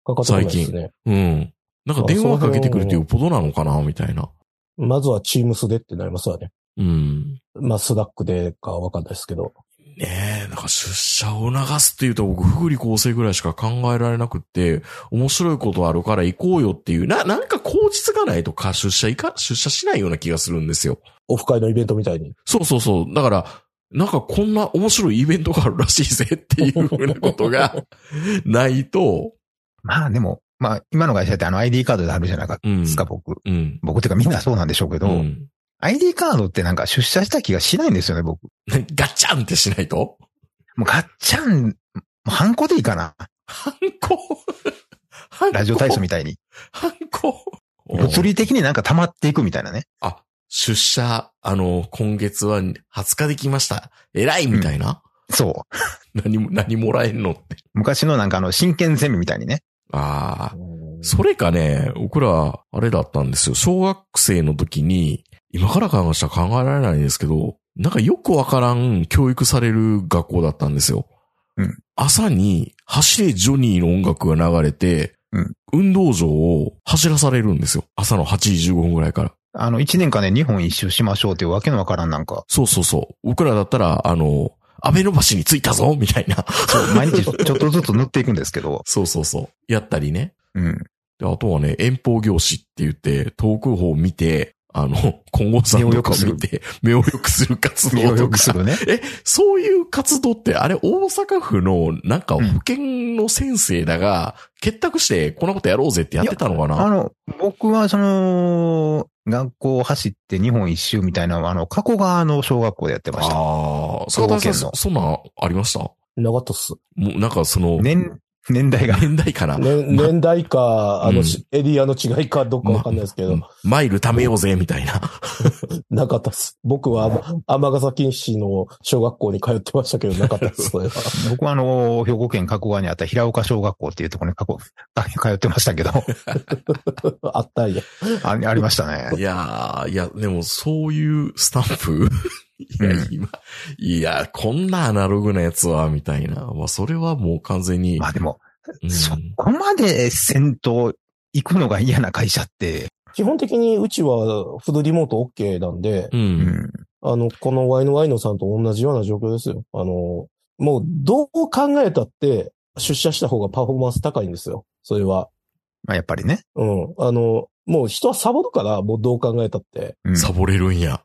Speaker 4: かかってこないですね。
Speaker 2: うん。なんか電話かけてくるってよっぽどなのかな、みたいな。
Speaker 4: まずはチームスでってなりますわね。
Speaker 2: うん。
Speaker 4: まあ、スラックでかわかんないですけど。
Speaker 2: ねえ、なんか出社を促すっていうと僕、福利厚生ぐらいしか考えられなくって、面白いことあるから行こうよっていう、な、なんか口実がないとか出社いか、出社しないような気がするんですよ。
Speaker 4: オフ会のイベントみたいに。
Speaker 2: そうそうそう。だから、なんかこんな面白いイベントがあるらしいぜっていうふうなことがないと、
Speaker 3: まあでも、まあ、今の会社ってあの ID カードであるじゃないですか、
Speaker 2: うん
Speaker 3: 僕。
Speaker 2: うん。
Speaker 3: 僕っていうかみんなそうなんでしょうけど、
Speaker 2: うん。
Speaker 3: ID カードってなんか出社した気がしないんですよね、僕。
Speaker 2: ガッチャンってしないと
Speaker 3: もうガッチャン、もうハンコでいいかな。
Speaker 2: 反抗反抗
Speaker 3: ラジオ体操みたいに。
Speaker 2: 反抗
Speaker 3: 物理的になんか溜まっていくみたいなね。
Speaker 2: あ、出社、あの、今月は20日できました。偉いみたいな、
Speaker 3: そう。
Speaker 2: 何も、何もらえんのって。
Speaker 3: 昔のなんかあの、真剣ゼミみたいにね。
Speaker 2: ああ。
Speaker 4: うん
Speaker 2: それかね、僕ら、あれだったんですよ。小学生の時に、今から考えしたら考えられないんですけど、なんかよくわからん教育される学校だったんですよ。
Speaker 3: うん
Speaker 2: 朝に、走れジョニーの音楽が流れて、
Speaker 3: うん
Speaker 2: 運動場を走らされるんですよ。朝の8時15分ぐらいから。
Speaker 3: あの、一年間ね、日本一周しましょうっていうわけのわからんなんか。
Speaker 2: そうそうそう。僕らだったら、あの、安倍の橋に着いたぞみたいな。
Speaker 3: そう、毎日ちょっとずつ塗っていくんですけど。
Speaker 2: そうそうそう。やったりね。
Speaker 3: うん。
Speaker 2: で、あとはね、遠方業師って言って、遠く方を見て、あの、 今後さんとかを見て、目を良くする活
Speaker 3: 身
Speaker 2: 動
Speaker 3: を
Speaker 2: と
Speaker 3: 良くす
Speaker 2: か。
Speaker 3: るね。
Speaker 2: そういう活動って、あれ、大阪府の、なんか保健の先生だが、結託して、こんなことやろうぜってやってたのか
Speaker 3: あ
Speaker 2: な
Speaker 3: の、僕はその、学校を走って日本一周みたいなのはあの、加古川の小学校でやってました。
Speaker 2: ああ、坂田さん、
Speaker 3: 兵庫県
Speaker 2: そ
Speaker 3: の
Speaker 2: そんなんありましたも
Speaker 4: なかったっす。
Speaker 2: う、なんかその、
Speaker 3: 年、年代が。
Speaker 2: 年代かな。
Speaker 4: ね、
Speaker 2: ま
Speaker 4: 年代か、あ
Speaker 2: う
Speaker 4: の、
Speaker 2: ん
Speaker 4: しエリアの違いかどっかわかんないですけど、
Speaker 2: マイル貯めようぜ、みたいな。
Speaker 4: なかったっす。僕はあの、尼崎市の小学校に通ってましたけど、なかったっす、それは。
Speaker 3: 僕はあの、兵庫県加古川にあった平岡小学校っていうところに過去、 通ってましたけど、
Speaker 4: あったんや。
Speaker 3: あありましたね
Speaker 2: い。やー、いや、でもそういうスタンプいや、
Speaker 3: うん
Speaker 2: 今、いや、こんなアナログなやつは、みたいな。まあ、それはもう完全に、
Speaker 3: まあでも、
Speaker 2: うん
Speaker 3: そこまで戦闘行くのが嫌な会社って、
Speaker 4: 基本的にうちはフルリモート OK なんで、
Speaker 2: う。
Speaker 3: うんん。
Speaker 4: あの、このワイのワイのさんと同じような状況ですよ。あの、もうどう考えたって出社した方がパフォーマンス高いんですよ。それは。
Speaker 3: まあやっぱりね。
Speaker 4: うん。あの、もう人はサボるから、もうどう考えたって。
Speaker 3: うん
Speaker 2: サボれるんや。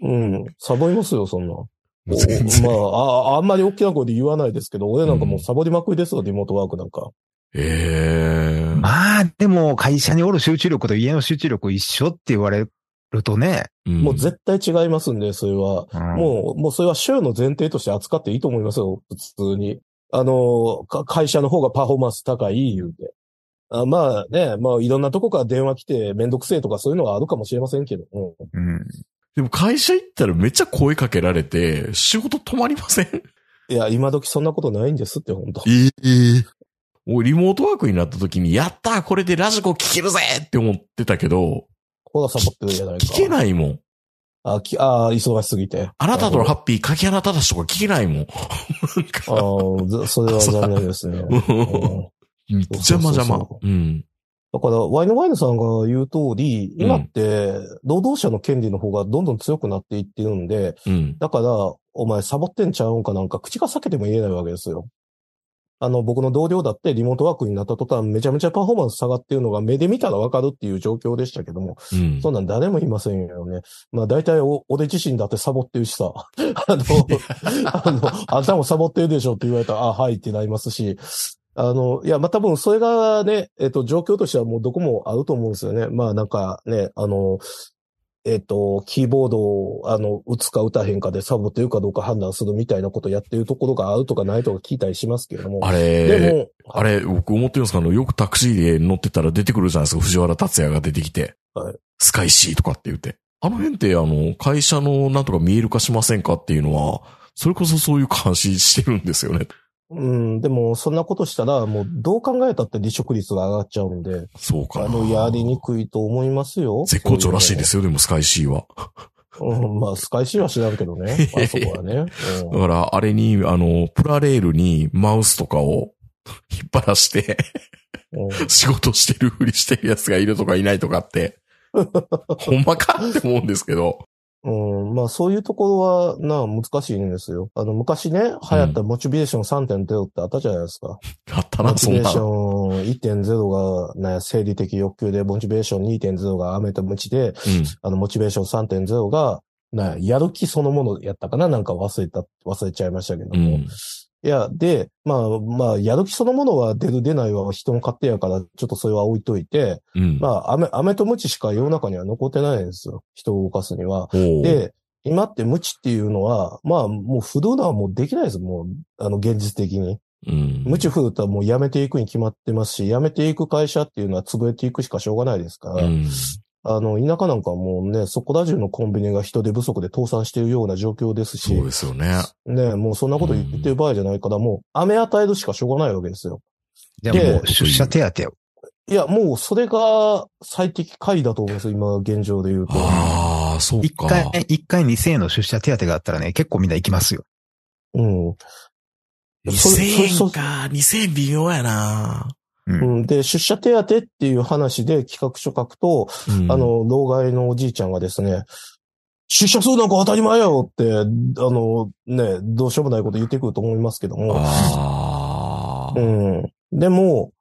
Speaker 4: うん。サボりますよ、そんな。お
Speaker 2: 全然
Speaker 4: まあ、あ、あんまり大きな声で言わないですけど、俺なんかもうサボりまくりですよ、リモートワークなんか。
Speaker 2: ええー。
Speaker 3: まあでも、会社におる集中力と家の集中力一緒って言われるとね、
Speaker 2: も
Speaker 4: もう絶対違いますんで、それは。
Speaker 3: うん
Speaker 4: もう、もうそれは週の前提として扱っていいと思いますよ、普通に。あの、か会社の方がパフォーマンス高い、言うて。あまあね、まあいろんなとこから電話来てめんどくせえとかそういうのはあるかもしれませんけども。
Speaker 3: うん
Speaker 2: でも会社行ったらめっちゃ声かけられて、仕事止まりません
Speaker 4: いや、今時そんなことないんですって、本当
Speaker 2: ええもうリモートワークになった時に、やったーこれでラジコ聞けるぜって思ってたけど、
Speaker 4: ほら、サボってるじゃないか。
Speaker 2: 聞けないもん。
Speaker 4: あ、きあー忙しすぎて。
Speaker 2: あなたとの
Speaker 4: あ
Speaker 2: ハッピー、柿原正とか聞けないもん。 なん
Speaker 4: あ
Speaker 2: か、
Speaker 4: ー、ずそれは残念です ね。
Speaker 2: う
Speaker 4: うん
Speaker 2: ん邪魔邪
Speaker 4: そうそ
Speaker 2: 魔
Speaker 4: うそ。
Speaker 2: うん。
Speaker 4: だから、ワイのワイのさんが言う通り、今って、労働者の権利の方がどんどん強くなっていってるんで、
Speaker 2: うん。
Speaker 4: だから、お前サボってんちゃうんかなんか、口が裂けても言えないわけですよ。あの、僕の同僚だってリモートワークになった途端、めちゃめちゃパフォーマンス下がっていうのが目で見たらわかるっていう状況でしたけども、
Speaker 2: うん。
Speaker 4: そんなん誰もいませんよね。まあ大体お、俺自身だってサボってるしさ、 あの、あの、あんたもサボってるでしょって言われたら、あ、はいってなりますし、あの、いや、まあ、多分それがね、えっと、状況としてはもうどこも合うと思うんですよね。まあなんかね、あの、えっと、キーボードを、あの、打つか打たへんかでサボってるかどうか判断するみたいなことやってるところが合うとかないとか聞いたりしますけれども。
Speaker 2: あ
Speaker 4: で
Speaker 2: れ、
Speaker 4: も、
Speaker 2: あれ、僕思ってるんですかあの、よくタクシーで乗ってたら出てくるじゃないですか。藤原達也が出てきて。
Speaker 4: はい
Speaker 2: スカイシーとかって言って。あの辺って、あの、会社のなんとか見える化しませんかっていうのは、それこそそういう監視してるんですよね。
Speaker 4: うん、でも、そんなことしたら、もう、どう考えたって離職率が上がっちゃうんで、
Speaker 2: そうかな。
Speaker 4: あの、やりにくいと思いますよ。
Speaker 2: 絶好調らしいですよ、でもスカイシーは。
Speaker 4: そういうの。うん、まあ、スカイシーは知らんけ どね。あそこはね。う
Speaker 2: だから、あれに、あの、プラレールにマウスとかを引っ張らして、
Speaker 4: んうん
Speaker 2: 仕事してるふりしてるやつがいるとかいないとか って、ほんまかって思うんですけど。
Speaker 4: うん、まあそういうところは、な、難しいんですよ。あの、昔ね、流行ったモチベーション3.0ってあったじゃないですか。
Speaker 2: あった
Speaker 4: モ
Speaker 2: な、
Speaker 4: チ
Speaker 2: そ
Speaker 4: ベ
Speaker 2: ん
Speaker 4: ー
Speaker 2: な
Speaker 4: シ
Speaker 2: の。
Speaker 4: ョン1.0が、ね、生理的欲求で、モチベーション2.0が雨とムチで、
Speaker 2: うん。
Speaker 4: あの、モチベーション3.0が、な、やる気そのものやったかななんか忘れた、忘れちゃいましたけど
Speaker 2: う
Speaker 4: も。
Speaker 2: ん。
Speaker 4: いや、で、まあ、まあ、やる気そのものは出る出ないは人の勝手やから、ちょっとそれは置いといて、
Speaker 2: うん。
Speaker 4: まあ、飴、飴とムチしか世の中には残ってないんですよ。人を動かすには。
Speaker 2: おう
Speaker 4: で、今ってムチっていうのは、まあ、もう不動なはもうできないです。もう、あの、現実的に。
Speaker 2: うん。
Speaker 4: ムチ振るったらもうやめていくに決まってますし、やめていく会社っていうのは潰れていくしかしょうがないですから、
Speaker 2: うん。
Speaker 4: あの、田舎なんかはもうね、そこら中のコンビニが人手不足で倒産しているような状況ですし、
Speaker 2: そうですよね。
Speaker 4: ね、もうそんなこと言ってる場合じゃないから、もう、飴与えるしかしょうがないわけですよ。
Speaker 3: じゃあも
Speaker 4: で
Speaker 3: う出社手当を。
Speaker 4: いや、もうそれが最適解だと思うんですよ、今現状で言うと。
Speaker 2: ああ、そう
Speaker 3: 一
Speaker 2: か。
Speaker 3: 回、一回2000円の出社手当があったらね、結構みんな行きますよ。
Speaker 4: うん。そ
Speaker 2: 2000
Speaker 4: そ
Speaker 2: 円
Speaker 4: そ
Speaker 2: か。2000円微妙やな。
Speaker 3: うん
Speaker 4: うん、で、出社手当っていう話で企画書書くと、
Speaker 2: うん
Speaker 4: あ、の、老害のおじいちゃんがですね、出社するなんか当たり前やよって、あの、ね、どうしようもないこと言ってくると思いますけども、
Speaker 2: ああ
Speaker 4: う。ん。でも、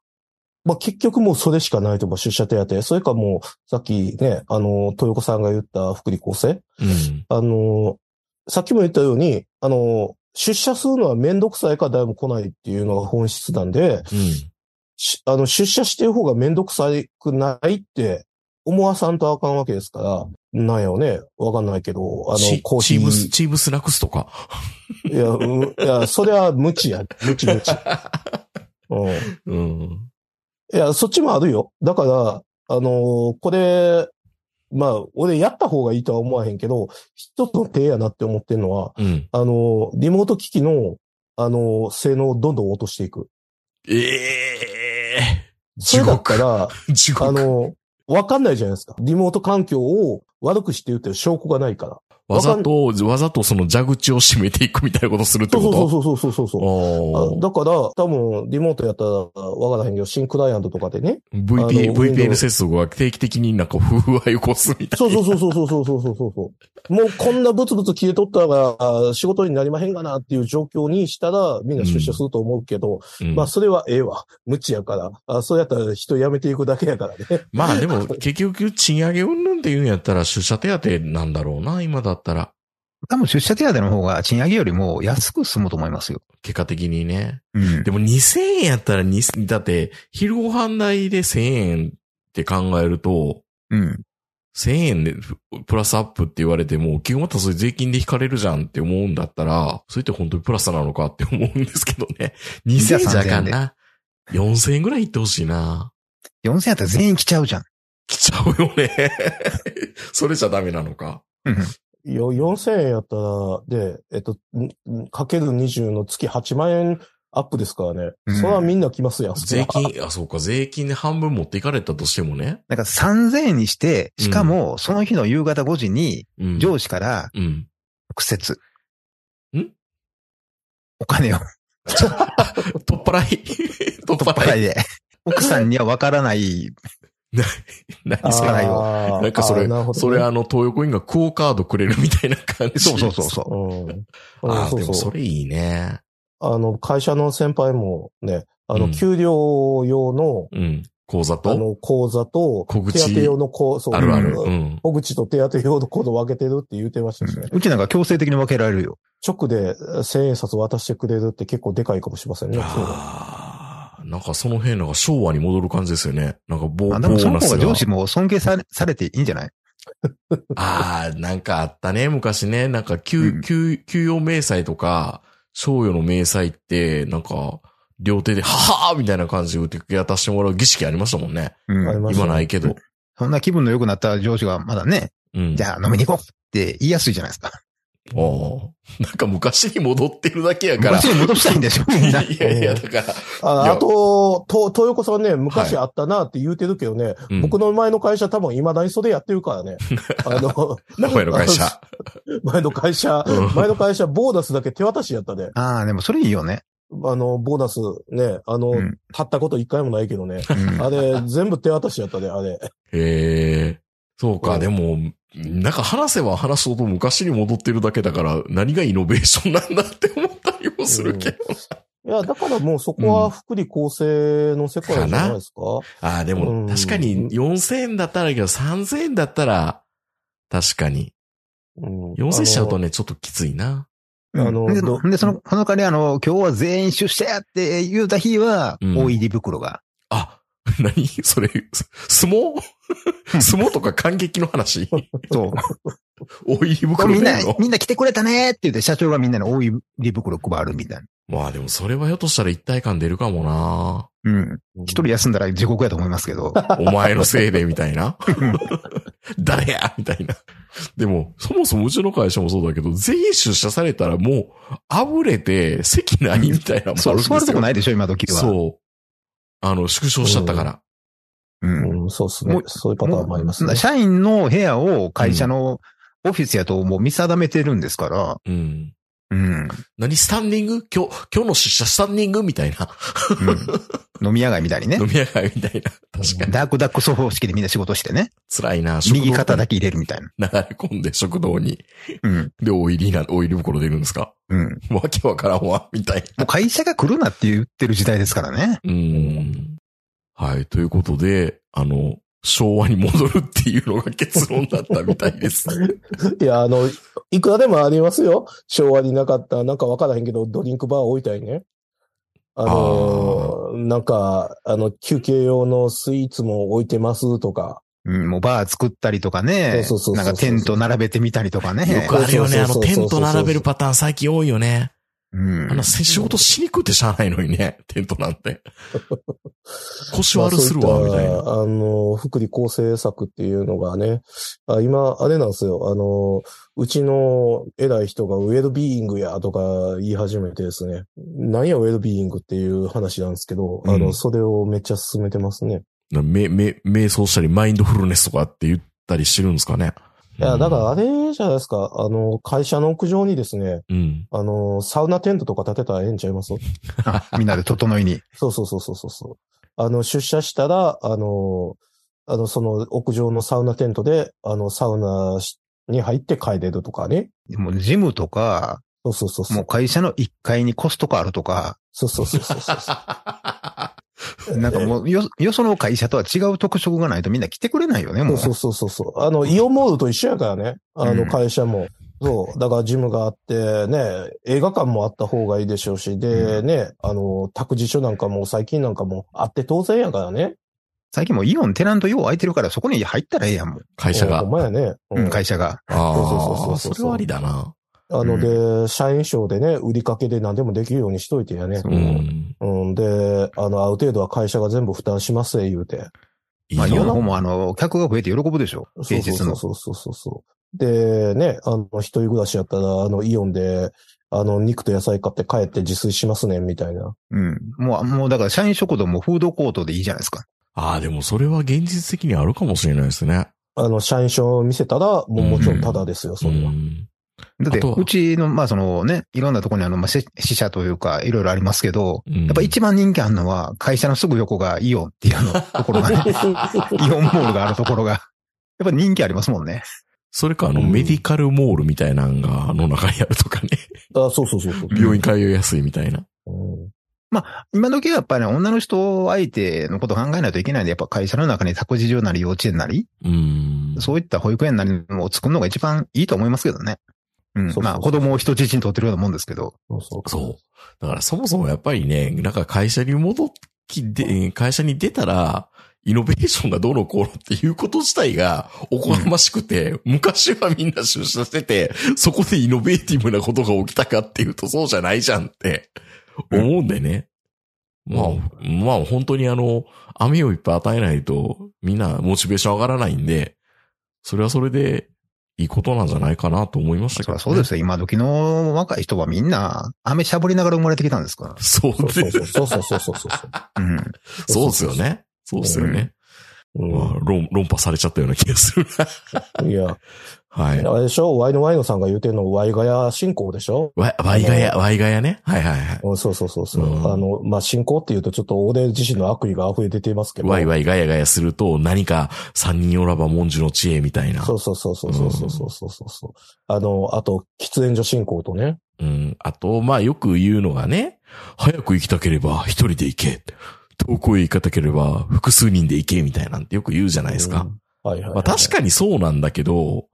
Speaker 4: まあ、結局もうそれしかないと思う、出社手当。それかもう、さっきね、あの、豊子さんが言った福利厚生
Speaker 2: うん。
Speaker 4: あの、さっきも言ったように、あの、出社するのはめんどくさいから誰も来ないっていうのが本質なんで、
Speaker 2: うん。
Speaker 4: しあの、出社してる方がめんどくさくないって思わさんとあかんわけですから、なんやろね、わかんないけど、あの、
Speaker 2: チ
Speaker 4: コーヒ
Speaker 2: チームス、
Speaker 4: ー。
Speaker 2: チームスナックスとか。
Speaker 4: いや、うんいや、それは無知や。無知 無知。うん。い
Speaker 2: うん。
Speaker 4: や、そっちもあるよ。だから、あのこれ、まあ、俺やった方がいいとは思わへんけど、一つの手やなって思ってるのは、
Speaker 2: うん。
Speaker 4: あの、リモート機器の、あの、性能をどんどん落としていく。
Speaker 2: ええ
Speaker 4: それだったら、
Speaker 2: ー。地獄。
Speaker 4: あの、わかんないじゃないですか。リモート環境を悪くして言ってる証拠がないから。
Speaker 2: わざと、わざとその蛇口を締めていくみたいなことするって
Speaker 4: そ
Speaker 2: こ
Speaker 4: う
Speaker 2: と
Speaker 4: そうそうそうそうそう。
Speaker 2: あ
Speaker 4: あだから、多分、リモートやったら、わからへんけど、新クライアントとかでね。
Speaker 2: ー VP
Speaker 4: あの
Speaker 2: VPN 接続が定期的になんか不具合を起こすみたいな。
Speaker 4: そうそうそうそうそうそうそうそうそう。もうこんなブツブツ消えとったら、あー仕事になりまへんがなっていう状況にしたら、みんな出社すると思うけど、
Speaker 2: うん
Speaker 4: まあ、それはええわ。無知やから。あそうやったら人辞めていくだけやからね。
Speaker 2: まあでも、結局、賃上げ云々って言うんやったら、出社手当なんだろうな、今だったら。
Speaker 3: 多分出社手当の方が賃上げよりも安く済むと思いますよ。
Speaker 2: 結果的にね。
Speaker 3: うん
Speaker 2: で。も2000円やったら2000、だって、昼ご飯代で1000円って考えると、
Speaker 3: うん。
Speaker 2: 1000円でプラスアップって言われても、基本またそれ税金で引かれるじゃんって思うんだったら、それって本当にプラスなのかって思うんですけどね。2000円じゃあかん
Speaker 3: じゃ
Speaker 2: な。4000円ぐらいいってほしいな。
Speaker 3: 4000やったら全員来ちゃうじゃん。
Speaker 2: 来ちゃうよね。それじゃダメなのか。
Speaker 3: うん
Speaker 4: よ4000円やったら、で、えっと、んんかける20の月8万円アップですからね。
Speaker 3: うん
Speaker 4: それはみんな来ますやん。
Speaker 2: 税金、あ、そうか、税金で半分持っていかれたとしてもね。
Speaker 3: なんか3000円にして、しかもその日の夕方5時に
Speaker 2: うん。
Speaker 3: 上司から
Speaker 2: うん。
Speaker 3: 直接。
Speaker 2: ん
Speaker 3: お金を
Speaker 2: 取っ払い。 取っ
Speaker 3: 取っ払
Speaker 2: 払
Speaker 3: い
Speaker 2: い。
Speaker 3: で。 奥さんには分からない。
Speaker 2: 何
Speaker 4: あ
Speaker 2: それ。
Speaker 3: 払いを
Speaker 4: ー
Speaker 2: なんかそれ、
Speaker 4: あーなるほどね
Speaker 2: それあの、東横インがクオカードくれるみたいな感じ。
Speaker 3: そうそうそうそう。
Speaker 4: うん。うん
Speaker 2: ああ、
Speaker 4: そう
Speaker 2: でも
Speaker 4: そ。
Speaker 2: そうれいいね。
Speaker 4: あの、会社の先輩もね、あ
Speaker 2: う
Speaker 4: の、
Speaker 2: ん
Speaker 4: 給料用の、
Speaker 2: うん。口座
Speaker 4: あ
Speaker 2: と、
Speaker 4: の、口座と、
Speaker 2: 小
Speaker 4: 手
Speaker 2: 口
Speaker 4: 当用の口、そう。
Speaker 2: あるある。
Speaker 4: う
Speaker 2: うんん。
Speaker 4: 小口と手当用の口座分けてるって言ってましたしね。
Speaker 3: うちなんか強制的に分けられるよ。
Speaker 4: 直で千円札渡してくれるって結構でかいかもしれませんね。
Speaker 2: ああ、なんかその辺なんか昭和に戻る感じですよね。なんかボボ
Speaker 3: あ
Speaker 2: ー
Speaker 3: でもその
Speaker 2: ナ
Speaker 3: 方
Speaker 2: ス
Speaker 3: が
Speaker 2: が
Speaker 3: 上司も尊敬されされていいんじゃない
Speaker 2: ああ、なんかあったね、昔ね。なんか、
Speaker 3: う
Speaker 2: 給
Speaker 3: ん、
Speaker 2: 給、給与明細とか、賞与の明細って、なんか、両手で、ははーみたいな感じで受け渡してもらう儀式ありましたもんね。
Speaker 3: う
Speaker 4: あり
Speaker 3: ん。
Speaker 4: ました
Speaker 2: 今ないけど。
Speaker 3: そんな気分の良くなった上司がまだね、
Speaker 2: うん。
Speaker 3: じゃあ飲みに行こうって言いやすいじゃないですか。
Speaker 2: ああ。なんか昔に戻ってるだけやから。
Speaker 3: 昔に戻したいんでしょみんな。
Speaker 2: いやいや、だから。い
Speaker 4: あ
Speaker 2: や
Speaker 4: あと、と、東横さんね、昔あったなって言うてるけどね、
Speaker 2: うん
Speaker 4: 僕の前の会社多分未だにそれやってるか らね。あの、
Speaker 2: 名古屋の会社。
Speaker 4: 前の会社
Speaker 2: う、ん
Speaker 4: 前の会社、ボーナスだけ手渡しやったね。
Speaker 3: ああ、でもそれいいよね。
Speaker 4: あの、ボーナスね、あの、
Speaker 3: うん
Speaker 4: 立ったこと一回もないけどね。
Speaker 3: うん
Speaker 4: あ れ、全部手渡しやったね、あれ。
Speaker 2: へえ。そう
Speaker 4: う
Speaker 2: か、
Speaker 4: ん
Speaker 2: でも、なんか話せば話すほど昔に戻ってるだけだから、何がイノベーションなんだって思ったりもするけど。
Speaker 4: いや、だからもうそこは福利厚生の世界じゃないですか。
Speaker 2: ああ、で
Speaker 4: うん
Speaker 2: も、確かに4000円だったらいいけど、3000円だったら、確かに。
Speaker 4: うん
Speaker 2: 4000円しちゃうと
Speaker 4: あ
Speaker 2: ね、ちょっときついな。
Speaker 4: あの
Speaker 3: で
Speaker 4: ど
Speaker 3: で、その、その代わりあの、今日は全員出社やって言うた日は、
Speaker 2: うん
Speaker 3: 大入り袋が。
Speaker 2: あ、 何それ、す相 撲相撲とか感激の 話
Speaker 3: そう。
Speaker 2: 大入り
Speaker 3: こ
Speaker 2: 袋
Speaker 3: れみんな
Speaker 2: 出るの、
Speaker 3: みんな来てくれたねって言って、社長がみんなに大入り袋配るみたいな。
Speaker 2: まあでもそれはひょっとしたら一体感出るかもな。
Speaker 3: うん。
Speaker 4: の
Speaker 3: 一人休んだら地獄やと思いますけ ど。
Speaker 2: お前のせいで、みたいな。誰やみたいな。でも、そもそもうちの会社もそうだけど、全員出社されたらもう、あぶれて、席ないみたいなのもあ
Speaker 3: そ
Speaker 2: る
Speaker 3: う、
Speaker 2: んです
Speaker 3: 座
Speaker 2: よ。
Speaker 3: るとこないでしょ、今時は。う。
Speaker 2: そう。あの、縮小しちゃったから。
Speaker 3: うん。
Speaker 4: うん、そうですね
Speaker 3: もう。
Speaker 4: そういうパターンもありますね。
Speaker 3: 社員の部屋を会社のオフィスやともう見定めてるんですから。
Speaker 2: うん。
Speaker 3: うん。
Speaker 2: 何スタンディング今日、今日の出社スタンディングみたいな。
Speaker 3: うん、飲み屋街みたいにね
Speaker 2: 飲。み屋街みたいな。確かに。
Speaker 3: ダークダックソ方式でみんな仕事してね。
Speaker 2: 辛いな。
Speaker 3: 右肩だ
Speaker 2: け。
Speaker 3: け入れるみたいな。
Speaker 2: 流れ込んで食堂に。
Speaker 3: うん。
Speaker 2: で、オイリーな、オイル袋出るんですか
Speaker 3: うん。も
Speaker 2: わけわからんわ。みたいな。
Speaker 3: う会社が来るなって言ってる時代ですからね。
Speaker 2: うーん。はい。ということで、あの、昭和に戻るっていうのが結論だったみたい です。
Speaker 4: いや、あの、いくらでもありますよ。昭和になかった、なんかわからへんけど、ドリンクバー置いたりね。あのなんか、あの、休憩用のスイーツも置いてますとか。
Speaker 3: うん、もうバー作ったりとかね
Speaker 4: そうそうそうそ
Speaker 3: な
Speaker 4: う。
Speaker 3: んかテント並べてみたりとかね
Speaker 2: よ。くあるよね。あの、
Speaker 4: そうそうそう
Speaker 2: テ
Speaker 4: そう
Speaker 2: ント並べるパターン最近多いよね。
Speaker 3: うん
Speaker 2: あ。の、せ仕事しにくくてしゃあないのに ね。テントなんて。腰悪するわ、
Speaker 4: まあ
Speaker 2: み
Speaker 4: そう
Speaker 2: た
Speaker 4: い
Speaker 2: い
Speaker 4: っ
Speaker 2: な。
Speaker 4: たあの、福利厚生策っていうのがね、あ今、あれなんですよ。あの、うちの偉い人がウェルビーイングやとか言い始めてですね。なんやウェルビーイングっていう話なんですけど、あ
Speaker 2: う
Speaker 4: の、
Speaker 2: ん
Speaker 4: それをめっちゃ進めてますね。
Speaker 2: め、め、瞑想したり、マインドフルネスとかって言ったりしてるんですかね。
Speaker 4: いや、だからあ
Speaker 2: ら、
Speaker 4: れじゃないですか。あの、会社の屋上にですね、
Speaker 2: うん。
Speaker 4: あの、サウナテントとか建てたらええんちゃいます
Speaker 3: あみんなで整いに。
Speaker 4: そうそうそうそうそうそう。あの、出社したら、あの、あの、その屋上のサウナテントで、あの、サウナしに入って帰れるとかね。
Speaker 3: もうジムとか、
Speaker 4: そうそうそうそ
Speaker 3: も
Speaker 4: う
Speaker 3: う。会社の1階にコストコあるとか、
Speaker 4: そうそうそうそうそう。
Speaker 3: なんかもう よ、よその会社とは違う特色がないとみんな来てくれないよね、もう。
Speaker 4: そうそうそうそう。あの、イオンモールと一緒やからね。あ
Speaker 3: う
Speaker 4: の、
Speaker 3: ん
Speaker 4: 会社も。そう。だから、ジムがあって、ね、映画館もあった方がいいでしょうし、で、
Speaker 3: う
Speaker 4: ね、あの、託児所なんかも最近なんかもあって当然やからね。
Speaker 3: 最近もうイオンテナントよう空いてるからそこに入ったらええやん、もう。
Speaker 2: 会社が。
Speaker 4: ほんまやね。う
Speaker 3: うんん、会社が。
Speaker 4: そうそう
Speaker 2: あ
Speaker 4: そう
Speaker 2: あ、
Speaker 4: そう
Speaker 2: それはありだな。。
Speaker 4: あの、で、社員証でね、売りかけで何でもできるようにしといてやね。
Speaker 3: そううん
Speaker 4: うん、で、あの、ある程度は会社が全部負担しますえ、言うて。
Speaker 2: いい
Speaker 3: まあ、
Speaker 2: な
Speaker 3: イオンの方もあの、客が増えて喜ぶでしょ。
Speaker 4: そう
Speaker 3: 平
Speaker 4: そう
Speaker 3: 日
Speaker 4: そ
Speaker 3: の
Speaker 4: う。そうそうそう。で、ね、あの、一人暮らしやったら、あの、イオンで、あの、肉と野菜買って帰って自炊しますね、みたいな。
Speaker 3: うん。もう、もうだから社員食堂もフードコートでいいじゃないですか。
Speaker 2: ああ、でもそれは現実的にあるかもしれないですね。
Speaker 4: あの、社員証を見せたら、もうもちろんタダですよ、それは。
Speaker 2: うん
Speaker 3: だって
Speaker 2: あとは、
Speaker 3: うちの、まあそのね、いろんなところにあの、まあ、し支社というか、いろいろありますけど、
Speaker 2: うん
Speaker 3: やっぱ一番人気あるのは、会社のすぐ横がイオンっていうあの、ところがね、イオンモールがあるところが、やっぱ人気ありますもんね。
Speaker 2: それか、あの、
Speaker 4: うん
Speaker 2: メディカルモールみたいなのが、あの中にあるとかね。
Speaker 4: あそうそうそうそう。
Speaker 2: 病院通いやすいみたいな。
Speaker 4: うん
Speaker 3: 今時はやっぱり、ね、女の人相手のことを考えないといけないんで、やっぱ会社の中に託児所なり幼稚園なり、
Speaker 2: うん。
Speaker 3: そういった保育園なりのを作るのが一番いいと思いますけどね。うん。
Speaker 4: そうそうそう
Speaker 3: まあ子供を人質に取ってるようなもんですけど。
Speaker 4: そうそう
Speaker 2: そう。だからそもそもやっぱりね、なんか会社に戻って、で会社に出たら、イノベーションがどうのこうのっていうこと自体がおこがましくて、昔はみんな出社してて、そこでイノベーティブなことが起きたかっていうとそうじゃないじゃんって
Speaker 3: うん
Speaker 2: 思うんでね。まあ、まあ本当にあの、雨をいっぱい与えないとみんなモチベーション上がらないんで、それはそれでいいことなんじゃないかなと思いました
Speaker 3: そ
Speaker 2: けど、
Speaker 3: りゃ
Speaker 2: ね。
Speaker 3: そうですよ。今時の若い人はみんな、雨しゃぶりながら生まれてきたんですか
Speaker 2: そう
Speaker 4: そう
Speaker 2: です。
Speaker 4: そうそうそうそうそうそうそう。
Speaker 3: ら。うん。
Speaker 2: そうですよね。そうですよね。まあ、論、論破されちゃったような気がするな。
Speaker 4: うんいや、
Speaker 2: はい。
Speaker 4: あれでしょワイのワイのさんが言うてんの、ワイガヤ信仰でしょ
Speaker 2: ワイワイガヤ、ワイガヤね。はいはいはい。
Speaker 4: うん、そうそうそうそう、
Speaker 2: うん
Speaker 4: あの、まあ、信仰っていうとちょっと俺自身の悪意が溢れ出てますけど。
Speaker 2: ワイワイガヤガヤすると何か三人おらば文殊の知恵みたいな。
Speaker 4: そうそうそうそうそうそうそうそうそう、あの、あと、喫煙所信仰とね。
Speaker 2: うん。あと、まあよく言うのがね、早く行きたければ一人で行け。遠くへ行かたければ複数人で行けみたいなんてよく言うじゃないですか。
Speaker 4: うん。はいはい、はい。
Speaker 2: まあ確かにそうなんだけど、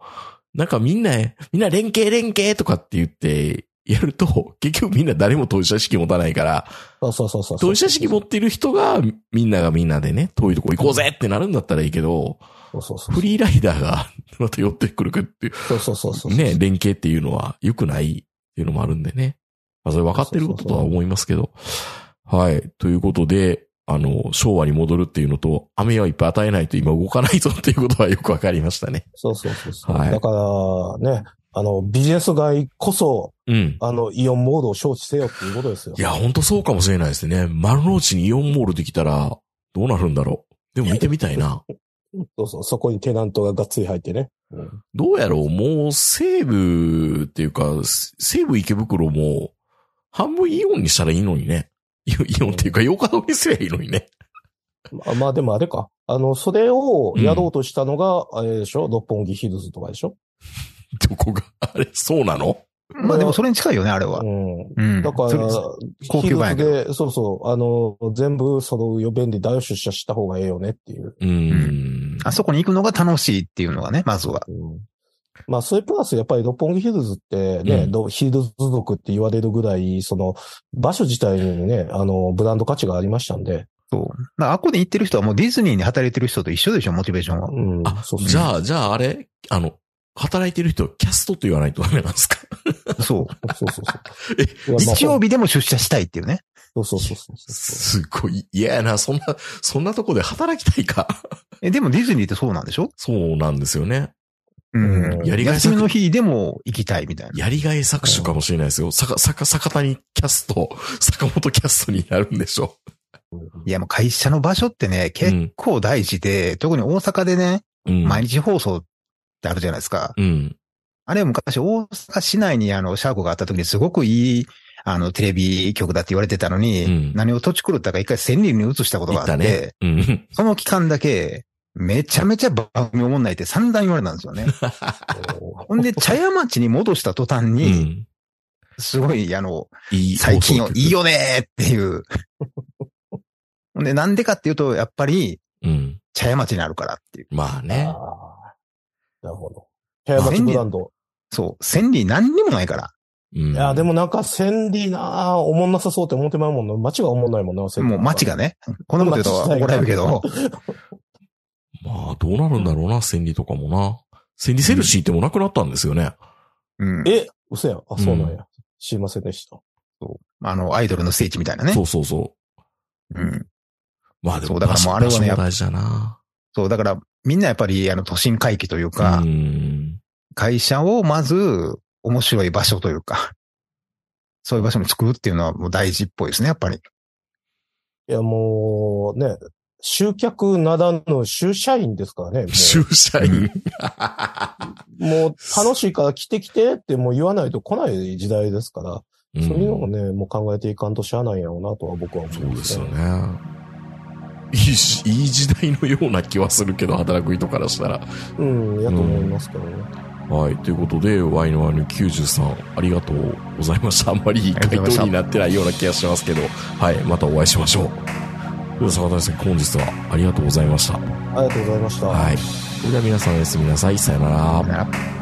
Speaker 2: なんかみんな、みんな連携連携とかって言ってやると、結局みんな誰も当事者意識持たないから、
Speaker 4: そうそうそうそう。
Speaker 2: 当事者意識持ってる人が、みんながみんなでね、遠いとこ行こうぜってなるんだったらいいけど、
Speaker 4: そうそうそう。
Speaker 2: フリーライダーが、 また寄ってくるかってい
Speaker 4: そうそうそうそう。
Speaker 2: う、ね、連携っていうのは良くないっていうのもあるんでね。まあ、それ分かってることとは思いますけど。はい。ということで、あの、昭和に戻るっていうのと、雨はいっぱい与えないと今動かないぞっていうことはよく分かりましたね。
Speaker 4: そうそうそうそう、
Speaker 2: はい
Speaker 4: だから、ね、あの、ビジネス街こそ、
Speaker 2: うん。
Speaker 4: あの、イオンモードを承知せよっていうことですよ。
Speaker 2: いや、ほんとそうかもしれないですね。丸の内にイオンモールできたら、どうなるんだろう。でも見てみたいな。
Speaker 4: そうそう、そこにテナントががっつり入ってね。うん
Speaker 2: どうやろうもう西武っていうか、す西武池袋も半分イオンにしたらいいのにね。イオンイオンっていうか、ヨカドにすりゃいいのにね。
Speaker 4: まあ、まあでもあれか。あの、それをやろうとしたのが、あれでしょ六本木ヒルズとかでしょ
Speaker 2: どこが、あれ、そうなの
Speaker 3: まあでもそれに近いよね、あれは
Speaker 4: う。ん。
Speaker 3: うん。
Speaker 4: だから
Speaker 3: それそ、高級版やけ
Speaker 4: ヒルズで、そうそう、あの、全部揃うよ、便利だよ、出社した方がええよねっていう。
Speaker 2: うーん。
Speaker 3: あそこに行くのが楽しいっていうのがね、まずは。
Speaker 4: うんまあ、それプラス、やっぱり六本木ヒルズってね、
Speaker 2: うん
Speaker 4: どヒルズ族って言われるぐらい、その、場所自体にね、あの、ブランド価値がありましたんで。
Speaker 3: そう。だからあっこで行ってる人はもうディズニーに働いてる人と一緒でしょ、モチベーション は。
Speaker 4: うん。
Speaker 2: あ
Speaker 4: そうそう
Speaker 2: じゃあ、じゃああれ、あの、働いてる人、キャストと言わないとダメなんですか
Speaker 3: そう。
Speaker 4: そうそ う
Speaker 2: え
Speaker 4: そう。いやまあ
Speaker 3: 日曜日でも出社したいっていうね。
Speaker 4: そうそうそうそうそう。
Speaker 2: すごい嫌やな。そんな、そんなとこで働きたいか。
Speaker 3: え、でもディズニーってそうなんでしょ
Speaker 2: そうなんですよね。
Speaker 3: うん。
Speaker 2: やりがい
Speaker 3: 休
Speaker 2: 作
Speaker 3: みの日でも行きたいみたいな。
Speaker 2: やりがい搾取かもしれないですよ。さか、さか、坂谷キャスト、坂本キャストになるんでしょ
Speaker 3: いや、もう会社の場所ってね、結構大事で、特に大阪でね、
Speaker 2: う。うん。
Speaker 3: 毎日放送ってあるじゃないですか。
Speaker 2: うん。
Speaker 3: あれは昔大阪市内にあの、シャーコがあった時にすごくいい、あの、テレビ局だって言われてたのに、
Speaker 2: うん
Speaker 3: 何を土地狂ったか一回千人に移したこと
Speaker 2: い
Speaker 3: があ
Speaker 2: っ
Speaker 3: って、
Speaker 2: たね。うん。
Speaker 3: その期間だけ、めちゃめちゃ番組おもんないって散々言われたんですよ ね。ほんで、茶屋町に戻した途端
Speaker 2: う
Speaker 3: に、
Speaker 2: ん。
Speaker 3: すごい、あの、
Speaker 2: いい
Speaker 3: 最近よ
Speaker 2: 放送
Speaker 3: い
Speaker 2: 局
Speaker 3: いよねーって いう。ほんで、なんでかっていうと、やっぱり、
Speaker 2: うん。
Speaker 3: 茶屋町にあるからっていう。
Speaker 2: まあね。
Speaker 4: あーなるほど。部屋町ブランド。
Speaker 3: そう。千里何にもないから。
Speaker 2: うん。
Speaker 4: いや、でもなんか、センディなぁ、おもんなさそうって思ってまうもんな。街がおもんないもんな、センデ
Speaker 3: も
Speaker 4: ィ
Speaker 3: う街がね。こんなこと言うと怒られるけど。
Speaker 2: まあ、どうなるんだろうな、千里とかもな。千里セルシーってもうなくなったんですよね。
Speaker 3: うん。
Speaker 4: え、嘘やん。あ、そうなん
Speaker 2: う
Speaker 4: や。知りませんでした。
Speaker 3: あの、アイドルの聖地みたいなね。
Speaker 2: そうそうそ
Speaker 3: うん。
Speaker 2: う。まあでも、
Speaker 3: そうだからもうあれはね
Speaker 2: 場所も大事だな。
Speaker 3: そう、だから、みんなやっぱり、あの、都心回帰というか、
Speaker 2: うん。
Speaker 3: 会社をまず面白い場所というか、そういう場所に作るっていうのはもう大事っぽいですね、やっぱり。
Speaker 4: いや、もうね、集客ならぬ集社員ですか らね。もう
Speaker 2: 集社員。
Speaker 4: もう楽しいから来て来てってもう言わないと来ない時代ですから、
Speaker 2: うん
Speaker 4: そういうのをね、もう考えていかんとしゃあないやろうなとは僕は思
Speaker 2: そ
Speaker 4: いうま
Speaker 2: ですすよ
Speaker 4: ね。
Speaker 2: ね。いいし、いい時代のような気はするけど、働く人からしたら。
Speaker 4: うん、やと思いますけどね。
Speaker 2: はい。ということで、ワイのワイの93、ありがとうございました。あんまりいい回
Speaker 3: ありがとうございまし
Speaker 2: 答
Speaker 3: た
Speaker 2: になってないような気がしますけど、はい。またお会いしましょう。では、坂谷さん、本日はありがとうございました。
Speaker 4: ありがとうございました。
Speaker 2: はい。それでは皆さんおやすみなさい。さよなら。
Speaker 3: だから